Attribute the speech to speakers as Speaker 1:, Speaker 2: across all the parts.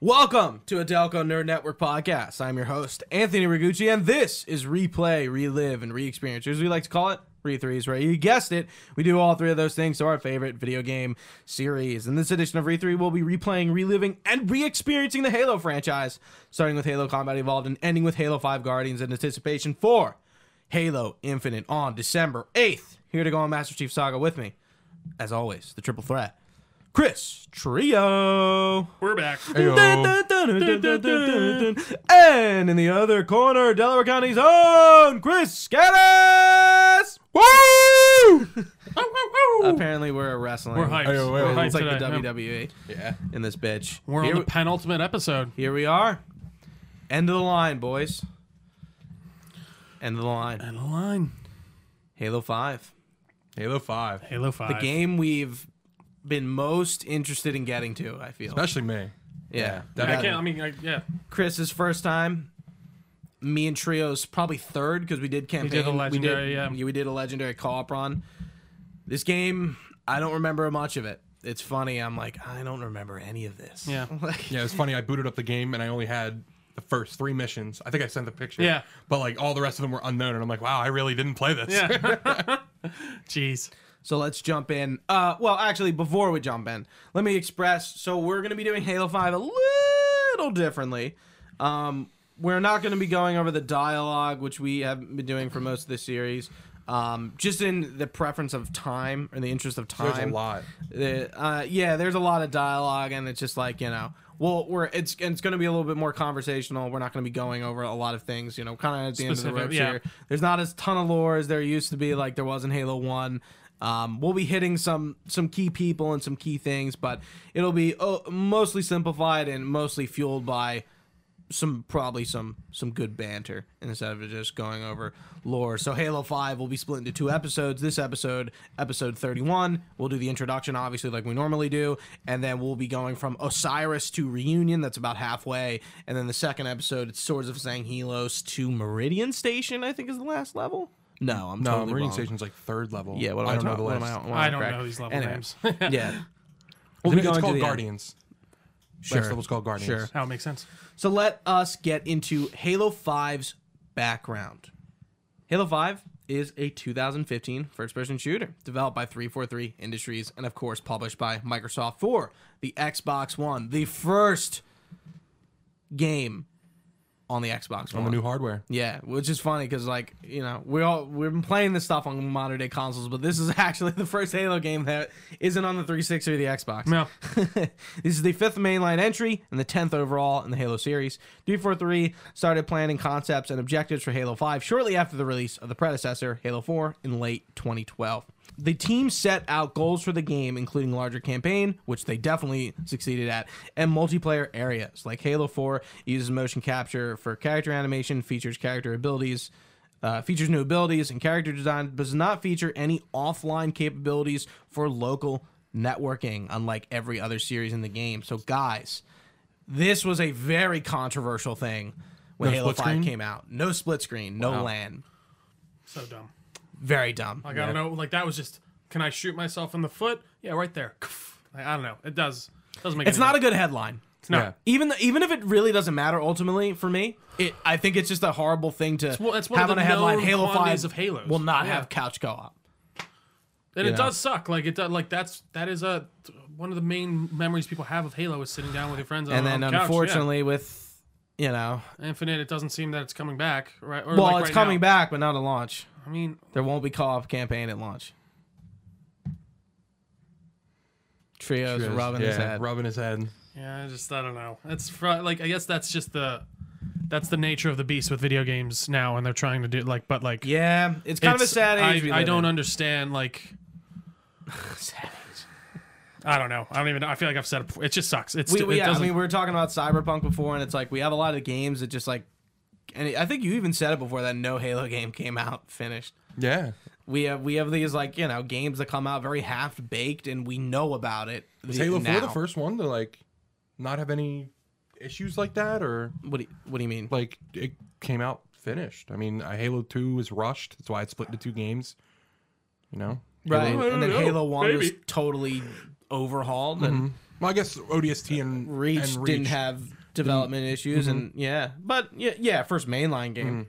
Speaker 1: Welcome to a Delco Nerd Network podcast. I'm your host, Anthony Rigucci, and this is Replay, Relive, and Re-Experience. As we like to call it, Re3s, right? You guessed it. We do all three of those things to our favorite video game series. In this edition of Re3, we'll be replaying, reliving, and re-experiencing the Halo franchise, starting with Halo Combat Evolved and ending with Halo 5 Guardians in anticipation for Halo Infinite on December 8th. Here to go on Master Chief Saga with me, as always, the triple threat. Chris Trio.
Speaker 2: We're back.
Speaker 1: Dun, dun, dun, dun, dun, dun, dun, dun. And in the other corner, Delaware County's own Chris Scattis! Woo! Apparently, we're wrestling.
Speaker 2: We're hyped.
Speaker 3: Ayo,
Speaker 2: We're
Speaker 3: ayo.
Speaker 2: hyped
Speaker 1: It's like
Speaker 2: today.
Speaker 1: the
Speaker 2: Yeah.
Speaker 1: WWE
Speaker 3: Yeah.
Speaker 1: in this bitch.
Speaker 2: We're
Speaker 1: here,
Speaker 2: on the penultimate episode.
Speaker 1: here we are. End of the line, boys. End of the line.
Speaker 2: And the line.
Speaker 1: Halo 5.
Speaker 3: Halo 5.
Speaker 2: Halo 5.
Speaker 1: The game we've been most interested in getting to, I feel.
Speaker 3: Especially me.
Speaker 1: yeah.
Speaker 3: yeah,
Speaker 2: I can't, I mean, I, yeah.
Speaker 1: Chris's first time. Me and Trio's probably third because we did campaign.
Speaker 2: a legendary,
Speaker 1: we
Speaker 2: yeah.
Speaker 1: did, We did a legendary co-op run. This game, I don't remember much of it. It's funny. I'm like, I don't remember any of this.
Speaker 2: Yeah.
Speaker 1: Like,
Speaker 3: Yeah, it's funny. I booted up the game and I only had the first three missions. I think I sent the picture.
Speaker 2: Yeah.
Speaker 3: But like all the rest of them were unknown. And I'm like, wow, I really didn't play this.
Speaker 2: Yeah. Jeez.
Speaker 1: So let's jump in. Uh, well, actually, before we jump in, let me express. So we're gonna be doing Halo Five a little differently. Um, we're not gonna be going over the dialogue, which we have been doing for most of the series. Um, just in the preference of time, or the interest of time.
Speaker 3: There's a lot.
Speaker 1: The- uh, yeah, there's a lot of dialogue, and it's just like you know, well, we're it's it's going to be a little bit more conversational. We're not going to be going over a lot of things, you know, kind of at the end of the
Speaker 2: Specific,
Speaker 1: ropes
Speaker 2: yeah.
Speaker 1: here. There's not as ton of lore as there used to be, like there was in Halo One. Um, we'll be hitting some some key people and some key things, but it'll be oh, mostly simplified and mostly fueled by some probably some some good banter instead of just going over lore. So Halo 5 will be split into two episodes. This episode, episode 31, we'll do the introduction obviously like we normally do, and then we'll be going from Osiris to Reunion, that's about halfway, and then the second episode it's Swords of Sanghelos to Meridian Station, I think is the last level. No, I'm
Speaker 3: No,
Speaker 1: totally
Speaker 3: Meridian
Speaker 1: wrong.
Speaker 3: Station's like third level.
Speaker 1: Yeah, what am
Speaker 3: I don't know the
Speaker 1: ta- what am
Speaker 3: list.
Speaker 1: what am
Speaker 2: I don't
Speaker 1: correct?
Speaker 2: know these level
Speaker 1: Anyway,
Speaker 2: names.
Speaker 1: yeah.
Speaker 3: We'll
Speaker 1: going
Speaker 3: it's
Speaker 1: to
Speaker 3: called
Speaker 1: the end.
Speaker 3: Guardians.
Speaker 1: Sure.
Speaker 3: Next level's called Guardians.
Speaker 1: Sure.
Speaker 2: That would make sense.
Speaker 1: So let us get into Halo 5's background. Halo 5 is a 2015 first person shooter developed by 343 Industries and, of course, published by Microsoft for the Xbox One, the first game on the Xbox
Speaker 3: On
Speaker 1: One.
Speaker 3: the new hardware.
Speaker 1: yeah, which is funny because, like, you know, we all we've been playing this stuff on modern day consoles, but this is actually the first Halo game that isn't on the 360 or the Xbox.
Speaker 2: No.
Speaker 1: this is the fifth mainline entry and the tenth overall in the Halo series. 343 started planning concepts and objectives for Halo 5 shortly after the release of the predecessor, Halo 4, in late 2012. The team set out goals for the game, including larger campaign, which they definitely succeeded at, and multiplayer areas. Like Halo 4 uses motion capture for character animation, features character abilities, uh, features new abilities and character design, but does not feature any offline capabilities for local networking, unlike every other series in the game. So, guys, this was a very controversial thing when
Speaker 3: No
Speaker 1: Halo
Speaker 3: split
Speaker 1: 5
Speaker 3: screen?
Speaker 1: came out. No split screen, no LAN.
Speaker 2: So dumb.
Speaker 1: Very dumb.
Speaker 2: Like, I don't know. Like, that was just, can I shoot myself in the foot? Yeah, right there. Like, I don't know. It does. doesn't make
Speaker 1: It's not a good headline.
Speaker 2: No.
Speaker 3: Yeah.
Speaker 1: Even though, even if it really doesn't matter ultimately for me, it I think it's just a horrible thing to
Speaker 2: one- it's one
Speaker 1: have
Speaker 2: of
Speaker 1: on a
Speaker 2: the
Speaker 1: headline.
Speaker 2: known
Speaker 1: Halo
Speaker 2: quantities
Speaker 1: 5
Speaker 2: of Halos.
Speaker 1: will not
Speaker 2: Yeah.
Speaker 1: have couch co-op.
Speaker 2: And
Speaker 1: Yeah.
Speaker 2: it does suck. Like it does. Like that's that is a one of the main memories people have of Halo is sitting down with your friends. on-
Speaker 1: And
Speaker 2: on
Speaker 1: then
Speaker 2: the couch, yeah.
Speaker 1: unfortunately with you know,
Speaker 2: Infinite, it doesn't seem that it's coming back. Right? Or
Speaker 1: well,
Speaker 2: like
Speaker 1: it's
Speaker 2: right
Speaker 1: coming
Speaker 2: now.
Speaker 1: back but not a launch.
Speaker 2: I mean,
Speaker 1: There won't be co-op campaign at launch. Trio's,
Speaker 3: Yes.
Speaker 1: rubbing his
Speaker 3: Yeah,
Speaker 1: head.
Speaker 3: Rubbing his head.
Speaker 2: yeah, I just I don't know. That's fr- like I guess that's just the that's the nature of the beast with video games now, and they're trying to do like, but like
Speaker 1: yeah, it's kind of a
Speaker 2: it's-
Speaker 1: sad age.
Speaker 2: I,
Speaker 1: we
Speaker 2: I
Speaker 1: live
Speaker 2: don't
Speaker 1: in.
Speaker 2: understand. Like
Speaker 1: Sad age.
Speaker 2: I don't know. I don't even. I feel like I've said it. Before. It just sucks. It's
Speaker 1: We,
Speaker 2: it
Speaker 1: we, yeah, I
Speaker 2: doesn't-
Speaker 1: mean, we were talking about Cyberpunk before, and it's like we have a lot of games that just like, and I think you even said it before that no Halo game came out finished.
Speaker 3: Yeah.
Speaker 1: We have we have these like you know games that come out very half baked, and we know about it.
Speaker 3: Was
Speaker 1: the-
Speaker 3: Halo 4 the
Speaker 1: now.
Speaker 3: first one to like not have any issues like that or
Speaker 1: What do you, what do you mean?
Speaker 3: like it came out finished. I mean, uh, Halo 2 was rushed. That's why it split into two games. You know?
Speaker 1: Right,
Speaker 2: I don't
Speaker 1: and then
Speaker 2: know,
Speaker 1: Halo One was
Speaker 2: maybe. Mm-hmm.
Speaker 1: totally overhauled, and
Speaker 3: Well, I guess ODST and
Speaker 1: Uh, Reach
Speaker 3: and
Speaker 1: didn't have development issues
Speaker 3: mm-hmm.
Speaker 1: and yeah, but yeah, yeah, first mainline game.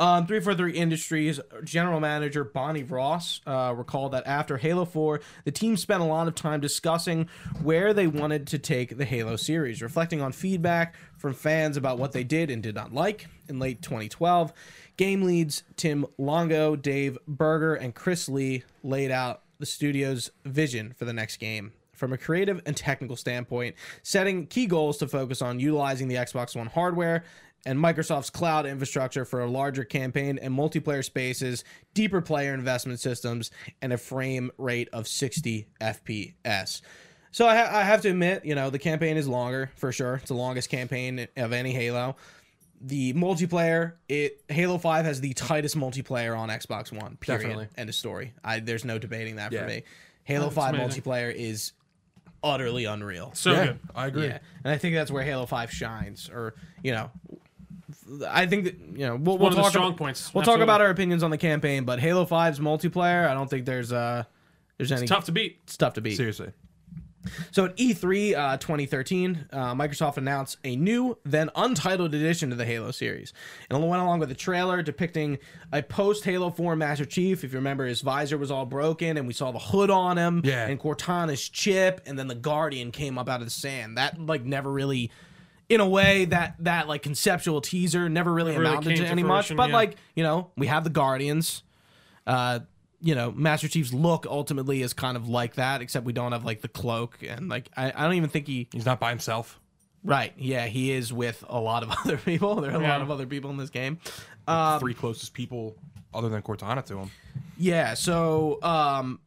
Speaker 1: Um, 343 Industries uh, general manager Bonnie Ross uh, recalled that after Halo 4, the team spent a lot of time discussing where they wanted to take the Halo series, reflecting on feedback from fans about what they did and did not like. In late 2012, game leads Tim Longo, Dave Berger, and Chris Lee laid out the studio's vision for the next game from a creative and technical standpoint, setting key goals to focus on utilizing the Xbox One hardware and Microsoft's cloud infrastructure for a larger campaign and multiplayer spaces, deeper player investment systems, and a frame rate of 60 FPS. So I, ha- I have to admit, you know, the campaign is longer for sure. It's the longest campaign of any Halo. The multiplayer, it Halo Five has the tightest multiplayer on Xbox One. Period.
Speaker 3: Definitely.
Speaker 1: End of story. I, there's no debating that
Speaker 3: Yeah.
Speaker 1: for me. Halo
Speaker 2: That's
Speaker 1: Five
Speaker 2: amazing.
Speaker 1: multiplayer is utterly unreal.
Speaker 2: So
Speaker 3: yeah,
Speaker 2: good.
Speaker 3: I agree.
Speaker 1: Yeah, and I think that's where Halo Five shines, or you know, I think that you know we'll, we'll
Speaker 2: One of the
Speaker 1: talk
Speaker 2: strong
Speaker 1: about,
Speaker 2: points.
Speaker 1: We'll
Speaker 2: Absolutely.
Speaker 1: talk about our opinions on the campaign, but Halo 5's multiplayer, I don't think there's uh there's any
Speaker 2: Tough to beat.
Speaker 1: stuff to beat.
Speaker 3: Seriously.
Speaker 1: So at E3 uh, 2013, uh, Microsoft announced a new, then untitled addition to the Halo series. And it went along with a trailer depicting a post Halo 4 Master Chief. If you remember, his visor was all broken and we saw the hood on him
Speaker 3: Yeah.
Speaker 1: and Cortana's chip, and then the Guardian came up out of the sand. That, like, never really. In a way that that like conceptual teaser never really
Speaker 2: really
Speaker 1: amounted
Speaker 2: came
Speaker 1: to
Speaker 2: to
Speaker 1: any much,
Speaker 2: fruition,
Speaker 1: but
Speaker 2: yeah.
Speaker 1: like you know we have the Guardians, uh, you know, Master Chief's look ultimately is kind of like that, except we don't have like the cloak and like I, I don't even think he
Speaker 3: He's not by himself.
Speaker 1: right. Yeah, he is with a lot of other people. There are a lot
Speaker 2: Yeah.
Speaker 1: of other people in this game. Um,
Speaker 3: Three closest people other than Cortana to him.
Speaker 1: yeah, so um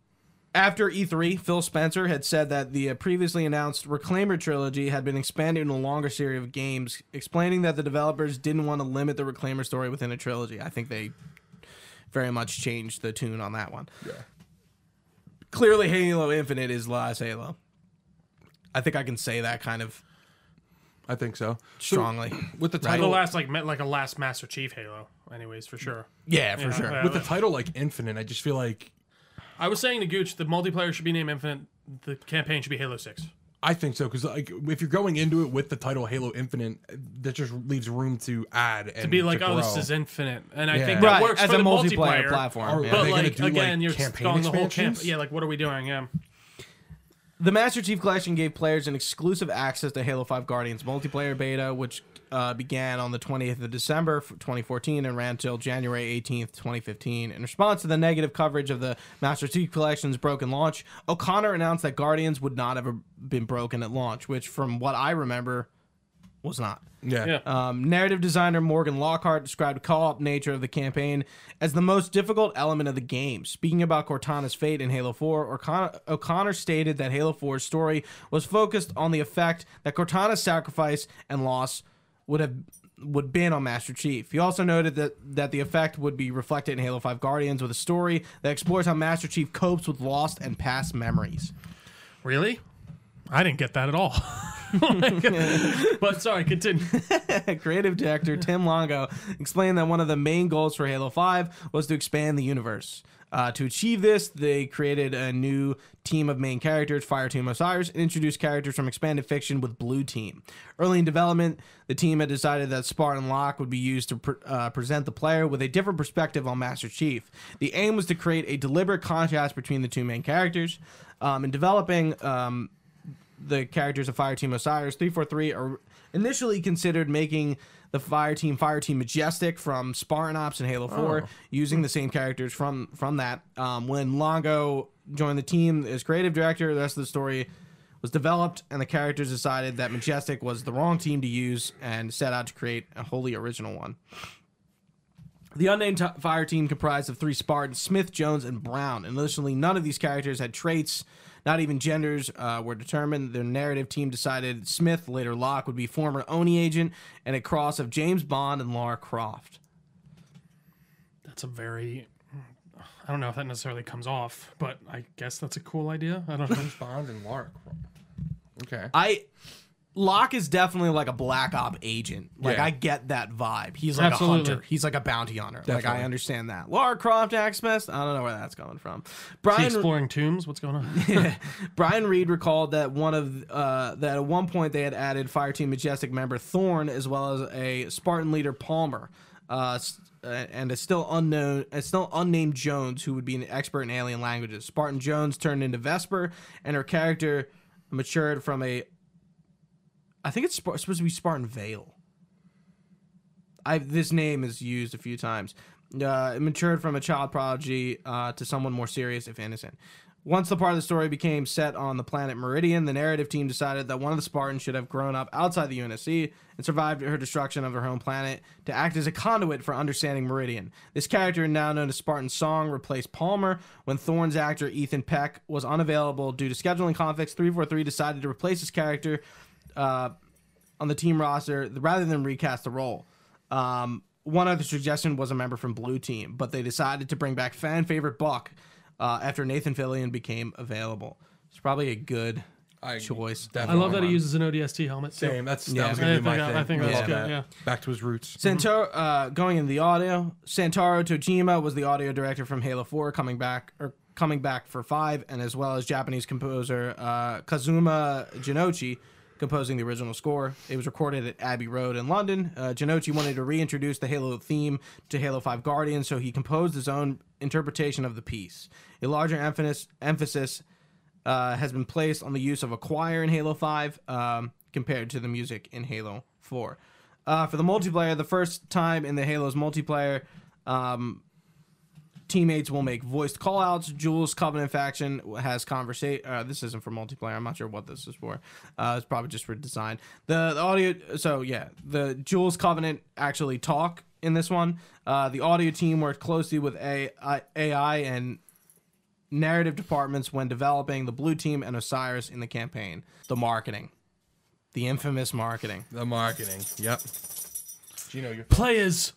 Speaker 1: after E3, Phil Spencer had said that the uh, previously announced Reclaimer trilogy had been expanded into a longer series of games, explaining that the developers didn't want to limit the Reclaimer story within a trilogy. I think they very much changed the tune on that one. Yeah. Clearly, Halo Infinite is last Halo. I think I can say that kind of
Speaker 3: I think so. So,
Speaker 1: strongly.
Speaker 3: with the
Speaker 2: The
Speaker 3: title,
Speaker 2: last like met like a last Master Chief Halo, anyways, for sure.
Speaker 1: yeah, for
Speaker 2: Yeah,
Speaker 1: sure.
Speaker 2: yeah.
Speaker 3: with the title like Infinite, I just feel like
Speaker 2: I was saying to Gooch, the multiplayer should be named Infinite. The campaign should be Halo Six.
Speaker 3: I think so because like if you're going into it with the title Halo Infinite, that just leaves room to add and Mm, to
Speaker 2: Be like, oh, this
Speaker 3: grow.
Speaker 2: is Infinite, and I
Speaker 3: Yeah.
Speaker 2: think that
Speaker 1: Right,
Speaker 2: works
Speaker 1: as
Speaker 2: for
Speaker 1: a
Speaker 2: the
Speaker 1: multiplayer,
Speaker 2: multiplayer
Speaker 1: platform.
Speaker 3: Or-
Speaker 1: yeah.
Speaker 3: Are
Speaker 2: But
Speaker 3: they gonna
Speaker 2: like
Speaker 3: do, like,
Speaker 2: again, you're
Speaker 3: campaign
Speaker 2: on the whole camp.
Speaker 3: expansions?
Speaker 2: Yeah, like what are we doing? Yeah,
Speaker 1: The Master Chief Collection gave players an exclusive access to Halo 5 Guardians multiplayer beta, which uh, began on the 20th of December f- 2014 and ran till January 18th, 2015. In response to the negative coverage of the Master Chief Collection's broken launch, O'Connor announced that Guardians would not have been broken at launch, which, from what I remember, was not.
Speaker 3: yeah.
Speaker 2: yeah.
Speaker 1: Um, narrative designer Morgan Lockhart described co-op nature of the campaign as the most difficult element of the game. Speaking about Cortana's fate in Halo 4, O'Connor, O'Connor stated that Halo 4's story was focused on the effect that Cortana's sacrifice and loss would have would been on Master Chief. He also noted that that the effect would be reflected in Halo 5 Guardians with a story that explores how Master Chief copes with lost and past memories.
Speaker 2: Really? I didn't get that at all. but sorry, continue.
Speaker 1: Creative director Tim Longo explained that one of the main goals for Halo 5 was to expand the universe. Uh, to achieve this, they created a new team of main characters, Fire Team Osiris, and introduced characters from expanded fiction with Blue Team. Early in development, the team had decided that Spartan Locke would be used to pre- uh, present the player with a different perspective on Master Chief. The aim was to create a deliberate contrast between the two main characters. Um, in developing um, the characters of Fireteam Osiris. 343 are initially considered making the Fireteam Fireteam Majestic from Spartan Ops and Halo 4, using the same characters from from that. Um, when Longo joined the team as creative director, the rest of the story was developed, and the characters decided that Majestic was the wrong team to use and set out to create a wholly original one. The unnamed t- fire team comprised of three Spartans, Smith, Jones, and Brown. Initially, none of these characters had traits, not even genders uh, were determined. Their narrative team decided Smith, later Locke, would be former Oni agent and a cross of James Bond and Lara Croft.
Speaker 2: That's a very. I don't know if that necessarily comes off, but I guess that's a cool idea. I don't know.
Speaker 3: Bond and Lark. Okay.
Speaker 1: I Locke is definitely like a Black Op agent. Like
Speaker 3: Yeah.
Speaker 1: I get that vibe. He's like
Speaker 2: Absolutely.
Speaker 1: a hunter. He's like a bounty hunter. Like I
Speaker 3: Definitely.
Speaker 1: understand that. Lara Croft, Axe Fest. I don't know where that's coming from.
Speaker 2: Is he
Speaker 1: Brian
Speaker 2: exploring tombs? What's going on?
Speaker 1: Brian Reed recalled that one of uh, that at one point they had added Fireteam Majestic member Thorn as well as a Spartan leader Palmer, uh, s- and a still unknown, a still unnamed Jones who would be an expert in alien languages. Spartan Jones turned into Vesper, and her character matured from a. I think it's Spar- supposed to be Spartan Veil. I this name is used a few times. Uh, it matured from a child prodigy uh, to someone more serious, if innocent. Once the part of the story became set on the planet Meridian, the narrative team decided that one of the Spartans should have grown up outside the UNSC and survived her destruction of her home planet to act as a conduit for understanding Meridian. This character, now known as Spartan Song, replaced Palmer when Thorne's actor Ethan Peck was unavailable due to scheduling conflicts. 343 decided to replace his character uh, on the team roster rather than recast the role. Um, one other suggestion was a member from Blue Team, but they decided to bring back fan favorite Buck uh, after Nathan Fillion became available. It's probably a good
Speaker 3: I
Speaker 1: choice.
Speaker 2: I
Speaker 3: definitely
Speaker 2: love that he
Speaker 3: want-
Speaker 2: uses an ODST helmet. too.
Speaker 3: Same. That's
Speaker 1: Yeah.
Speaker 3: that was gonna
Speaker 2: I
Speaker 3: be my
Speaker 2: think-
Speaker 3: thing.
Speaker 2: I think that's
Speaker 3: love
Speaker 2: good,
Speaker 3: that.
Speaker 2: yeah.
Speaker 3: Back to his roots.
Speaker 1: Santoro, uh, going into the audio, Santaro Tojima was the audio director from Halo 4, coming back or coming back for five, and as well as Japanese composer uh, Kazuma Jinochi composing the original score. It was recorded at Abbey Road in London. Uh, Jinochi wanted to reintroduce the Halo theme to Halo 5 Guardians, so he composed his own interpretation of the piece. A larger emphasis emphasis uh, has been placed on the use of a choir in Halo 5 um, compared to the music in Halo 4. Uh, for the multiplayer, the first time in the Halo's multiplayer, um, teammates will make voiced callouts. Jules Covenant faction has conversation. Uh, this isn't for multiplayer. I'm not sure what this is for. Uh, it's probably just for design. The, the audio. So yeah, the Jules Covenant actually talk in this one. Uh, the audio team worked closely with AI, AI and narrative departments when developing the Blue Team and Osiris in the campaign. The marketing, the infamous marketing.
Speaker 3: The marketing. Yep. Gino, you're
Speaker 2: Players,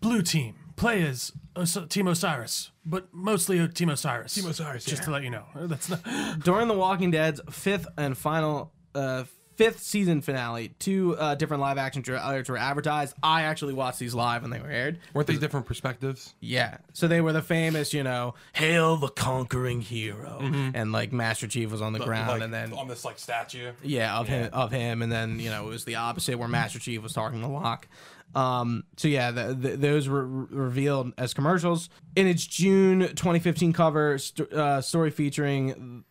Speaker 2: blue team. Players, Os- Team Osiris, but mostly Team Osiris. Team
Speaker 3: Osiris,
Speaker 2: Just
Speaker 3: yeah.
Speaker 2: to let you know, that's not.
Speaker 1: during The Walking Dead's fifth and final uh, fifth season finale, two uh, different live action trailers were advertised. I actually watched these live when they were aired.
Speaker 3: weren't they different perspectives?
Speaker 1: Yeah, so they were the famous, you know, "Hail the Conquering Hero," and like Master Chief was on the, ground,
Speaker 3: Like,
Speaker 1: and then
Speaker 3: on this like statue.
Speaker 1: yeah, of him, of him, and then you know it was the opposite where Master Chief was talking to Locke. Um, so yeah, the, the, those were re- revealed as commercials in its June 2015 cover st- uh, story featuring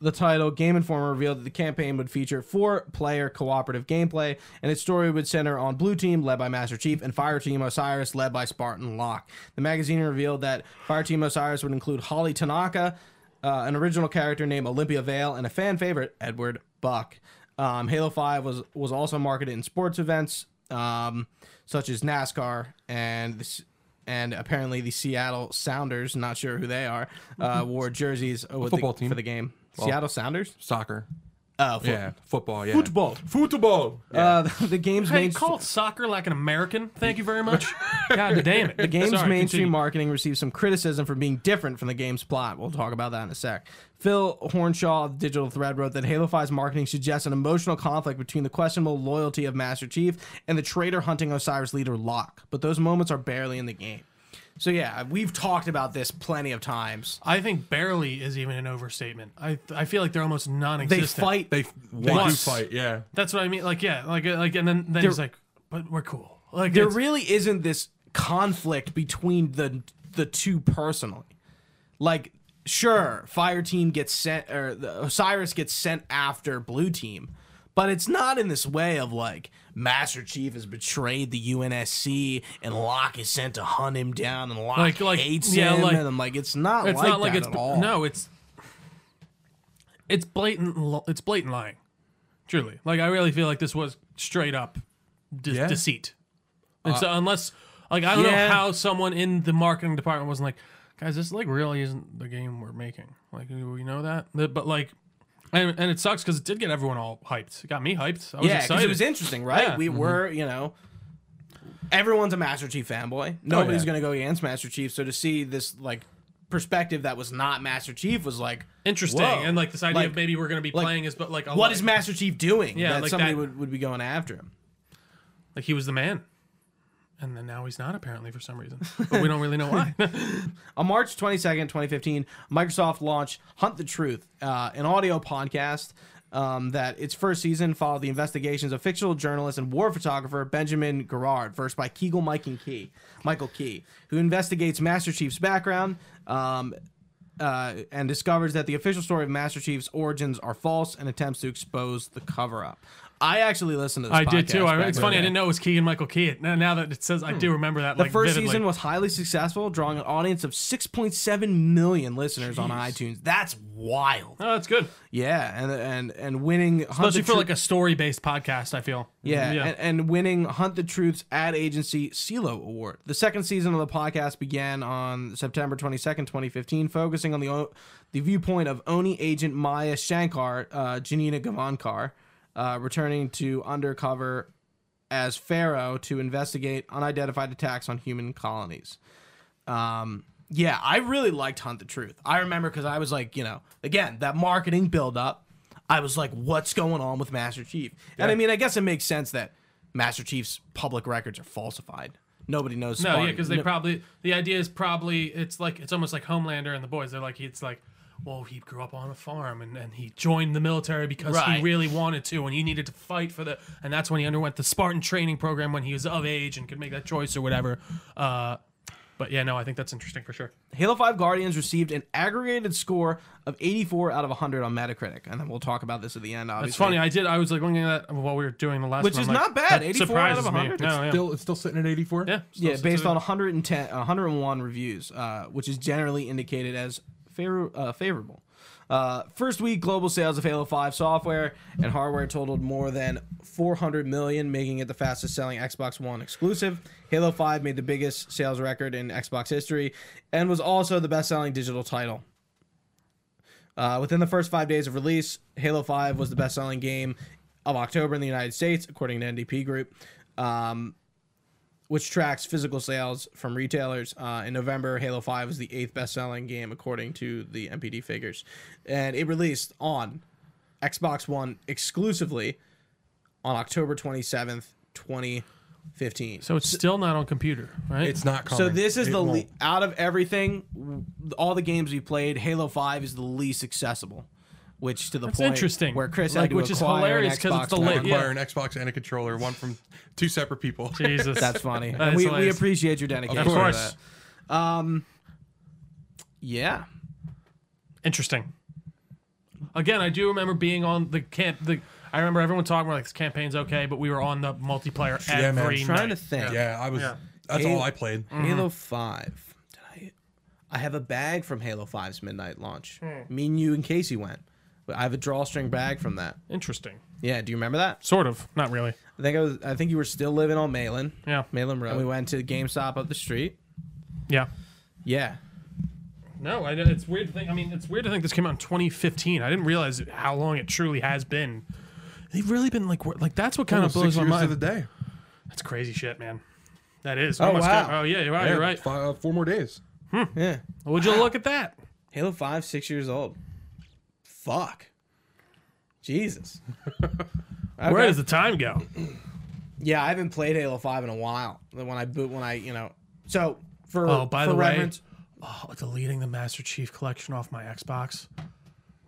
Speaker 1: the title. Game Informer revealed that the campaign would feature four-player cooperative gameplay, and its story would center on Blue Team, led by Master Chief, and Fire Team Osiris, led by Spartan Locke. The magazine revealed that Fire Team Osiris would include Holly Tanaka, uh, an original character named Olympia Vale, and a fan favorite, Edward Buck. Um, Halo 5 was, was also marketed in sports events um, such as NASCAR and the, s- and apparently the Seattle Sounders, not sure who they are, uh, wore jerseys with
Speaker 3: Football
Speaker 1: the,
Speaker 3: team.
Speaker 1: for the game. Seattle Sounders?
Speaker 3: Soccer.
Speaker 1: Oh,
Speaker 3: Yeah. Football. Yeah.
Speaker 1: Football.
Speaker 3: Football.
Speaker 1: Uh, the, the game's
Speaker 2: Hey,
Speaker 1: main
Speaker 2: call it soccer like an American. Thank you very much. God damn it.
Speaker 1: The game's mainstream marketing received some criticism for being different from the game's plot. We'll talk about that in a sec. Phil Hornshaw of Digital Thread wrote that Halo 5's marketing suggests an emotional conflict between the questionable loyalty of Master Chief and the traitor hunting Osiris leader Locke, but those moments are barely in the game. So yeah, we've talked about this plenty of times.
Speaker 2: I think barely is even an overstatement. I I feel like they're almost
Speaker 1: They
Speaker 2: non-existent.
Speaker 1: fight.
Speaker 3: They, they do
Speaker 2: Once.
Speaker 3: fight. Yeah.
Speaker 2: That's what I mean. Like yeah, like like, and then then he's like, but we're cool. Like
Speaker 1: there
Speaker 2: it's-
Speaker 1: really isn't this conflict between the the two personally. Like, sure, fire team gets sent or the, Osiris gets sent after blue team, but it's not in this way of like Master Chief has betrayed the UNSC and Locke is sent to hunt him down and Locke
Speaker 2: Like- like-
Speaker 1: hates
Speaker 2: yeah,
Speaker 1: him
Speaker 2: like-
Speaker 1: and I'm like it's not
Speaker 2: it's
Speaker 1: like
Speaker 2: not like
Speaker 1: that
Speaker 2: it's
Speaker 1: at all.
Speaker 2: no, it's it's blatant. li- It's blatant lying. Truly, like I really feel like this was straight up de-
Speaker 3: Yeah.
Speaker 2: deceit. And so unless like I don't
Speaker 1: Uh, yeah.
Speaker 2: know how someone in the marketing department wasn't like, guys, this like really isn't the game we're making. Like we know that, But- but like. And, and it sucks because it did get everyone all hyped. It got me hyped. I was
Speaker 1: Yeah, because
Speaker 2: excited.
Speaker 1: it was interesting, right?
Speaker 2: Yeah. Mm-hmm.
Speaker 1: We were, you know, everyone's a Master Chief fanboy. Nobody's
Speaker 3: yeah.
Speaker 1: gonna go against Master Chief. So to see this like perspective that was not Master Chief was like,
Speaker 2: Interesting.
Speaker 1: Whoa.
Speaker 2: And like this idea
Speaker 1: Like-
Speaker 2: of maybe we're going to be
Speaker 1: like,
Speaker 2: playing is, but like, a
Speaker 1: what
Speaker 2: lot-
Speaker 1: is Master Chief doing?
Speaker 2: Yeah,
Speaker 1: that
Speaker 2: like
Speaker 1: somebody
Speaker 2: that-
Speaker 1: Would, would be going after him.
Speaker 2: like he was the man. And then now he's not apparently for some reason, but we don't really know why.
Speaker 1: On March 22nd, 2015, Microsoft launched Hunt the Truth, uh, an audio podcast um, that its first season followed the investigations of fictional journalist and war photographer Benjamin Gerard, versed by Kegel Mike and Key, Michael Key, who investigates Master Chief's background. Um, uh, and discovers that the official story of Master Chief's origins are false and attempts to expose the cover up. I actually listened to this
Speaker 2: I did
Speaker 1: podcast
Speaker 2: too. I,
Speaker 1: back
Speaker 2: it's
Speaker 1: in
Speaker 2: funny.
Speaker 1: the
Speaker 2: I
Speaker 1: day.
Speaker 2: didn't know it was Keegan Michael Key. Now, now that it says, I do remember that.
Speaker 1: The
Speaker 2: like,
Speaker 1: first
Speaker 2: vividly.
Speaker 1: season was highly successful, drawing an audience of 6.7 million listeners on iTunes. That's wild.
Speaker 2: Oh, that's good.
Speaker 1: Yeah, and and and winning Hunt
Speaker 2: Especially
Speaker 1: the
Speaker 2: for
Speaker 1: Tru-
Speaker 2: like a story based podcast, I feel.
Speaker 1: yeah,
Speaker 2: Yeah.
Speaker 1: And, and winning Hunt the Truth's ad agency CeeLo Award. The second season of the podcast began on September 22nd, 2015, focusing on the o- the viewpoint of Oni agent Maya Shankar, uh, Janina Gavankar, uh, returning to undercover as Pharaoh to investigate unidentified attacks on human colonies. Um, yeah, I really liked Hunt the Truth. I remember because I was like, you know, again, that marketing buildup. I was like, what's going on with Master Chief? And I mean, I guess it makes sense that Master Chief's public records are falsified. Nobody knows.
Speaker 2: No, yeah,
Speaker 1: Spartan.
Speaker 2: because they
Speaker 1: No-
Speaker 2: probably the idea is probably it's like it's almost like Homelander and the boys. They're like it's like, well, he grew up on a farm and, and he joined the military because
Speaker 1: Right.
Speaker 2: he really wanted to and he needed to fight for the and that's when he underwent the Spartan training program when he was of age and could make that choice or whatever. Uh, but yeah, no, I think that's interesting for sure.
Speaker 1: Halo 5 Guardians received an aggregated score of 84 out of 100 on Metacritic. And then we'll talk about this at the end, obviously.
Speaker 2: It's funny. I did. I was like looking at that while we were doing the last,
Speaker 1: Which
Speaker 2: one,
Speaker 1: is
Speaker 2: I'm like,
Speaker 1: not bad,
Speaker 2: that
Speaker 1: 84 out of
Speaker 2: surprises me.
Speaker 1: 100.
Speaker 2: No, yeah.
Speaker 3: Still, it's still sitting at 84.
Speaker 2: yeah, still
Speaker 1: Yeah,
Speaker 2: sits
Speaker 1: based
Speaker 2: at-
Speaker 1: on 110, 101 reviews, uh, which is generally indicated as favor, uh, favorable. Uh, first week global sales of Halo 5 software and hardware totaled more than 400 million, making it the fastest selling Xbox One exclusive. Halo 5 made the biggest sales record in Xbox history and was also the best selling digital title. Uh, within the first five days of release, Halo 5 was the best selling game of October in the United States, according to NDP Group. Um, which tracks physical sales from retailers. Uh, in November, Halo 5 was the eighth best selling game according to the MPD figures. And it released on Xbox One exclusively on October 27th, 2015.
Speaker 2: so it's still not on computer, right?
Speaker 3: It's not
Speaker 1: So
Speaker 3: coming.
Speaker 1: this is
Speaker 3: It
Speaker 1: the le-
Speaker 3: won't.
Speaker 1: out of everything, w- all the games we played, Halo Five is the least accessible, which to the
Speaker 2: That's
Speaker 1: point
Speaker 2: interesting.
Speaker 1: where Chris
Speaker 2: Like,
Speaker 1: had to
Speaker 2: which is
Speaker 1: acquire an
Speaker 2: hilarious 'cause it's
Speaker 1: Xbox
Speaker 2: the
Speaker 1: One.
Speaker 2: late-
Speaker 3: Require
Speaker 2: yeah.
Speaker 3: an Xbox and a controller, one from two separate people.
Speaker 2: Jesus.
Speaker 1: That's funny.
Speaker 2: That
Speaker 1: And
Speaker 2: is
Speaker 1: we, we
Speaker 2: hilarious.
Speaker 1: appreciate your dedication.
Speaker 2: of
Speaker 1: to
Speaker 2: course
Speaker 1: that. Um, Yeah.
Speaker 2: interesting. Again, I do remember being on the camp. The I remember everyone talking we're like this campaign's okay, but we were on the multiplayer
Speaker 3: Yeah, man.
Speaker 2: every
Speaker 1: Trying to
Speaker 2: night.
Speaker 1: think.
Speaker 3: Yeah, I was.
Speaker 2: Yeah.
Speaker 3: That's
Speaker 1: Hey-
Speaker 3: all I played.
Speaker 2: Mm-hmm.
Speaker 1: Halo Five. Did I? I have a bag from Halo 5's midnight launch.
Speaker 2: Hmm.
Speaker 1: Me and you and Casey went. But I have a drawstring bag from that.
Speaker 2: Interesting.
Speaker 1: Yeah. Do you remember that?
Speaker 2: Sort of. Not really.
Speaker 1: I think I was. I think you were still living on Malin.
Speaker 2: Yeah.
Speaker 1: Malin Road. And we went to GameStop up the street.
Speaker 2: Yeah.
Speaker 1: Yeah.
Speaker 2: No, I, it's weird to think. I mean, it's weird to think this came out in 2015. I didn't realize how long it truly has been. They've really been like, wor- like that's what kind of blows
Speaker 3: Almost six
Speaker 2: my
Speaker 3: years to
Speaker 2: mind.
Speaker 3: the day.
Speaker 2: that's crazy shit, man. That is.
Speaker 1: Oh,
Speaker 2: Almost got-
Speaker 1: wow.
Speaker 2: oh yeah, you're right.
Speaker 3: Yeah,
Speaker 2: You're right.
Speaker 3: fi- uh, four more days.
Speaker 1: Yeah.
Speaker 2: Would you look at that?
Speaker 1: Halo 5, six years old. Fuck. Jesus.
Speaker 2: Where
Speaker 1: Okay.
Speaker 2: does the time go?
Speaker 1: Yeah, I haven't played Halo 5 in a while. When I boot, when I, you know. So, for,
Speaker 2: Oh, by
Speaker 1: for
Speaker 2: the way-
Speaker 1: reference,
Speaker 2: Oh, deleting the Master Chief collection off my Xbox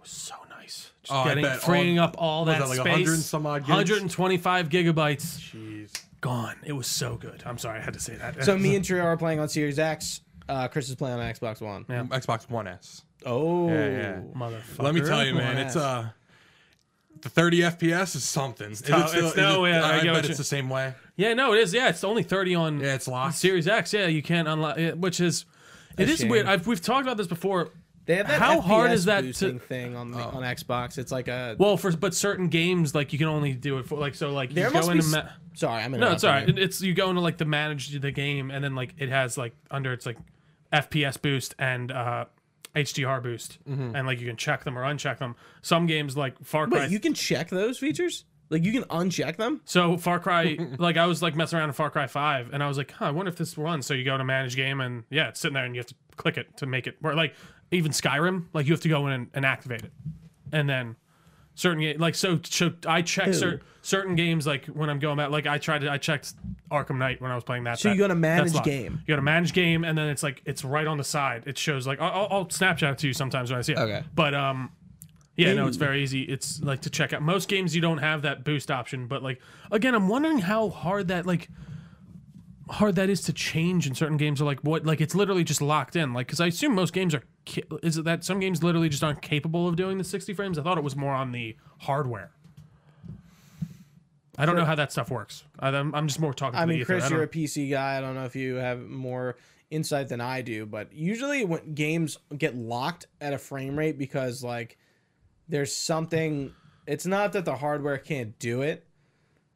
Speaker 2: was so nice. Just
Speaker 3: Oh, I
Speaker 2: getting
Speaker 3: bet
Speaker 2: freeing
Speaker 3: all-
Speaker 2: up all
Speaker 3: was
Speaker 2: that,
Speaker 3: that like
Speaker 2: space.
Speaker 3: 100 and some odd gigs?
Speaker 2: 125 gigabytes
Speaker 3: Jeez.
Speaker 2: gone. It was so good. I'm sorry, I had to say that.
Speaker 1: so me and Trio are playing on Series X. Uh, Chris is playing on Xbox One.
Speaker 2: Yeah.
Speaker 3: Um, Xbox One S.
Speaker 1: Oh.
Speaker 3: Yeah, yeah.
Speaker 2: motherfucker.
Speaker 3: Let me tell you, man,
Speaker 1: One
Speaker 3: it's
Speaker 1: S.
Speaker 3: uh the 30 FPS is something. It's,
Speaker 2: tough. It's no way. I
Speaker 3: I,
Speaker 2: get what
Speaker 3: bet
Speaker 2: you-
Speaker 3: it's the same way.
Speaker 2: Yeah, no, it is. Yeah, it's only 30 on
Speaker 3: Yeah, it's locked.
Speaker 2: Series X. Yeah, you can't unlock it, which is it
Speaker 1: A
Speaker 2: is
Speaker 1: shame.
Speaker 2: weird. I've, we've talked about this before.
Speaker 1: They have that
Speaker 2: How
Speaker 1: FPS
Speaker 2: hard is that to- Oh.
Speaker 1: boosting thing on the, on Xbox? It's like a.
Speaker 2: Well, for but certain games like you can only do it for like so like
Speaker 1: there
Speaker 2: you
Speaker 1: must
Speaker 2: go
Speaker 1: be.
Speaker 2: into
Speaker 1: s-
Speaker 2: ma-
Speaker 1: sorry, I'm
Speaker 2: No, it's all right.
Speaker 1: interrupting
Speaker 2: It- It's you go into like the manage the game, and then like it has like under it's like FPS boost and uh HDR boost, and like you can check them or uncheck them. Some games like Far
Speaker 1: you.
Speaker 2: Cry.
Speaker 1: Wait, you can check those features? Like you can uncheck them.
Speaker 2: So Far Cry, like I was like messing around in Far Cry Five, and I was like, huh, I wonder if this runs. So you go to manage game, and yeah, it's sitting there, and you have to click it to make it. Or like even Skyrim, like you have to go in and, and activate it, and then certain ga- like so. so I check cer- certain games like when I'm going back. Like I tried, to, I checked Arkham Knight when I was playing that.
Speaker 1: So you
Speaker 2: that-
Speaker 1: go to
Speaker 2: that's
Speaker 1: manage
Speaker 2: locked.
Speaker 1: game.
Speaker 2: You go to manage game, and then it's like it's right on the side. It shows like I'll, I'll- I'll Snapchat it to you sometimes when I see it.
Speaker 1: Okay.
Speaker 2: but um, yeah, no, it's very easy. It's like to check out. Most games you don't have that boost option, but like again, I'm wondering how hard that like hard that is to change in certain games. Or like what like it's literally just locked in. Like because I assume most games are ca- is it that some games literally just aren't capable of doing the 60 frames. I thought it was more on the hardware. I don't know how that stuff works. I, I'm I'm just more talking. To
Speaker 1: I
Speaker 2: the
Speaker 1: mean,
Speaker 2: ether.
Speaker 1: Chris,
Speaker 2: don't
Speaker 1: you're a PC guy. I don't know if you have more insight than I do, but usually when games get locked at a frame rate because like there's something. It's not that the hardware can't do it.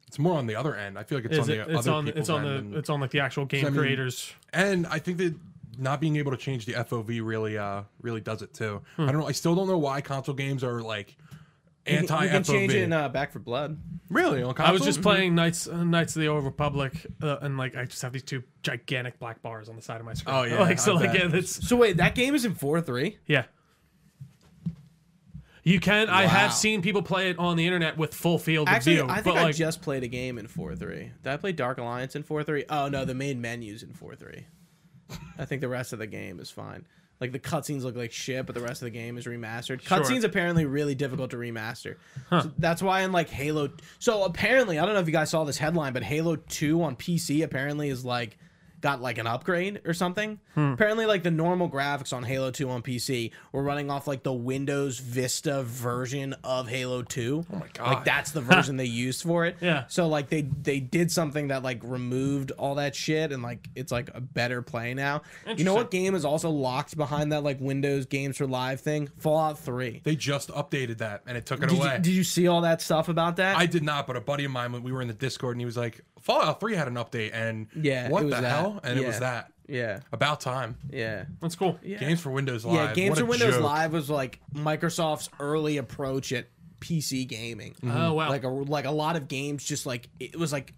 Speaker 3: It's more on the other end. I feel like it's
Speaker 2: Is
Speaker 3: on
Speaker 2: it-
Speaker 3: the
Speaker 2: it's
Speaker 3: other
Speaker 2: on it's
Speaker 3: people's
Speaker 2: on
Speaker 3: end.
Speaker 2: the
Speaker 3: and-
Speaker 2: it's on like the actual game
Speaker 3: I mean-
Speaker 2: creators.
Speaker 3: And I think that not being able to change the FOV really uh really does it too. I don't know. I still don't know why console games are like
Speaker 1: You can-
Speaker 3: anti FOV.
Speaker 1: You can change it in uh, Back for Blood.
Speaker 3: really on console?
Speaker 2: I was just playing Knights uh, Knights of the Old Republic, uh, and like I just have these two gigantic black bars on the side of my screen.
Speaker 3: Oh, yeah,
Speaker 2: like so,
Speaker 3: I
Speaker 2: like
Speaker 3: bet.
Speaker 2: yeah, that's
Speaker 1: So wait, that game is in four three.
Speaker 2: yeah. You can. I
Speaker 1: Wow.
Speaker 2: have seen people play it on the internet with full field of
Speaker 1: Actually,
Speaker 2: view,
Speaker 1: I think
Speaker 2: but
Speaker 1: I
Speaker 2: like
Speaker 1: just played a game in four three. Did I play Dark Alliance in four three? Oh no, the main menu's in four three. I think the rest of the game is fine. Like the cutscenes look like shit, but the rest of the game is remastered. Cutscenes apparently really difficult to remaster. So that's why in like Halo. So apparently, I don't know if you guys saw this headline, but Halo Two on PC apparently is like got like an upgrade or something. Apparently, like the normal graphics on Halo Two on PC were running off like the Windows Vista version of Halo Two. Oh my
Speaker 3: God.
Speaker 1: Like that's the version they used for it.
Speaker 2: Yeah.
Speaker 1: So like they they did something that like removed all that shit and like it's like a better play now. You know what game is also locked behind that like Windows Games for Live thing? Fallout Three.
Speaker 3: They just updated that and it took it
Speaker 1: Did
Speaker 3: away.
Speaker 1: you, did you see all that stuff about that?
Speaker 3: I did not, but a buddy of mine when we were in the Discord and he was like, Fallout 3 had an update and
Speaker 1: Yeah,
Speaker 3: what
Speaker 1: it
Speaker 3: the
Speaker 1: was that.
Speaker 3: hell? And it was
Speaker 1: Yeah.
Speaker 3: that.
Speaker 1: yeah,
Speaker 3: About time.
Speaker 1: yeah.
Speaker 2: that's cool. Yeah.
Speaker 3: Games for Windows Live.
Speaker 1: Yeah, Games
Speaker 3: What a
Speaker 1: for Windows
Speaker 3: joke.
Speaker 1: Live was like Microsoft's early approach at PC gaming.
Speaker 3: Mm-hmm.
Speaker 2: Oh wow.
Speaker 1: Like a like a lot of games just like it was like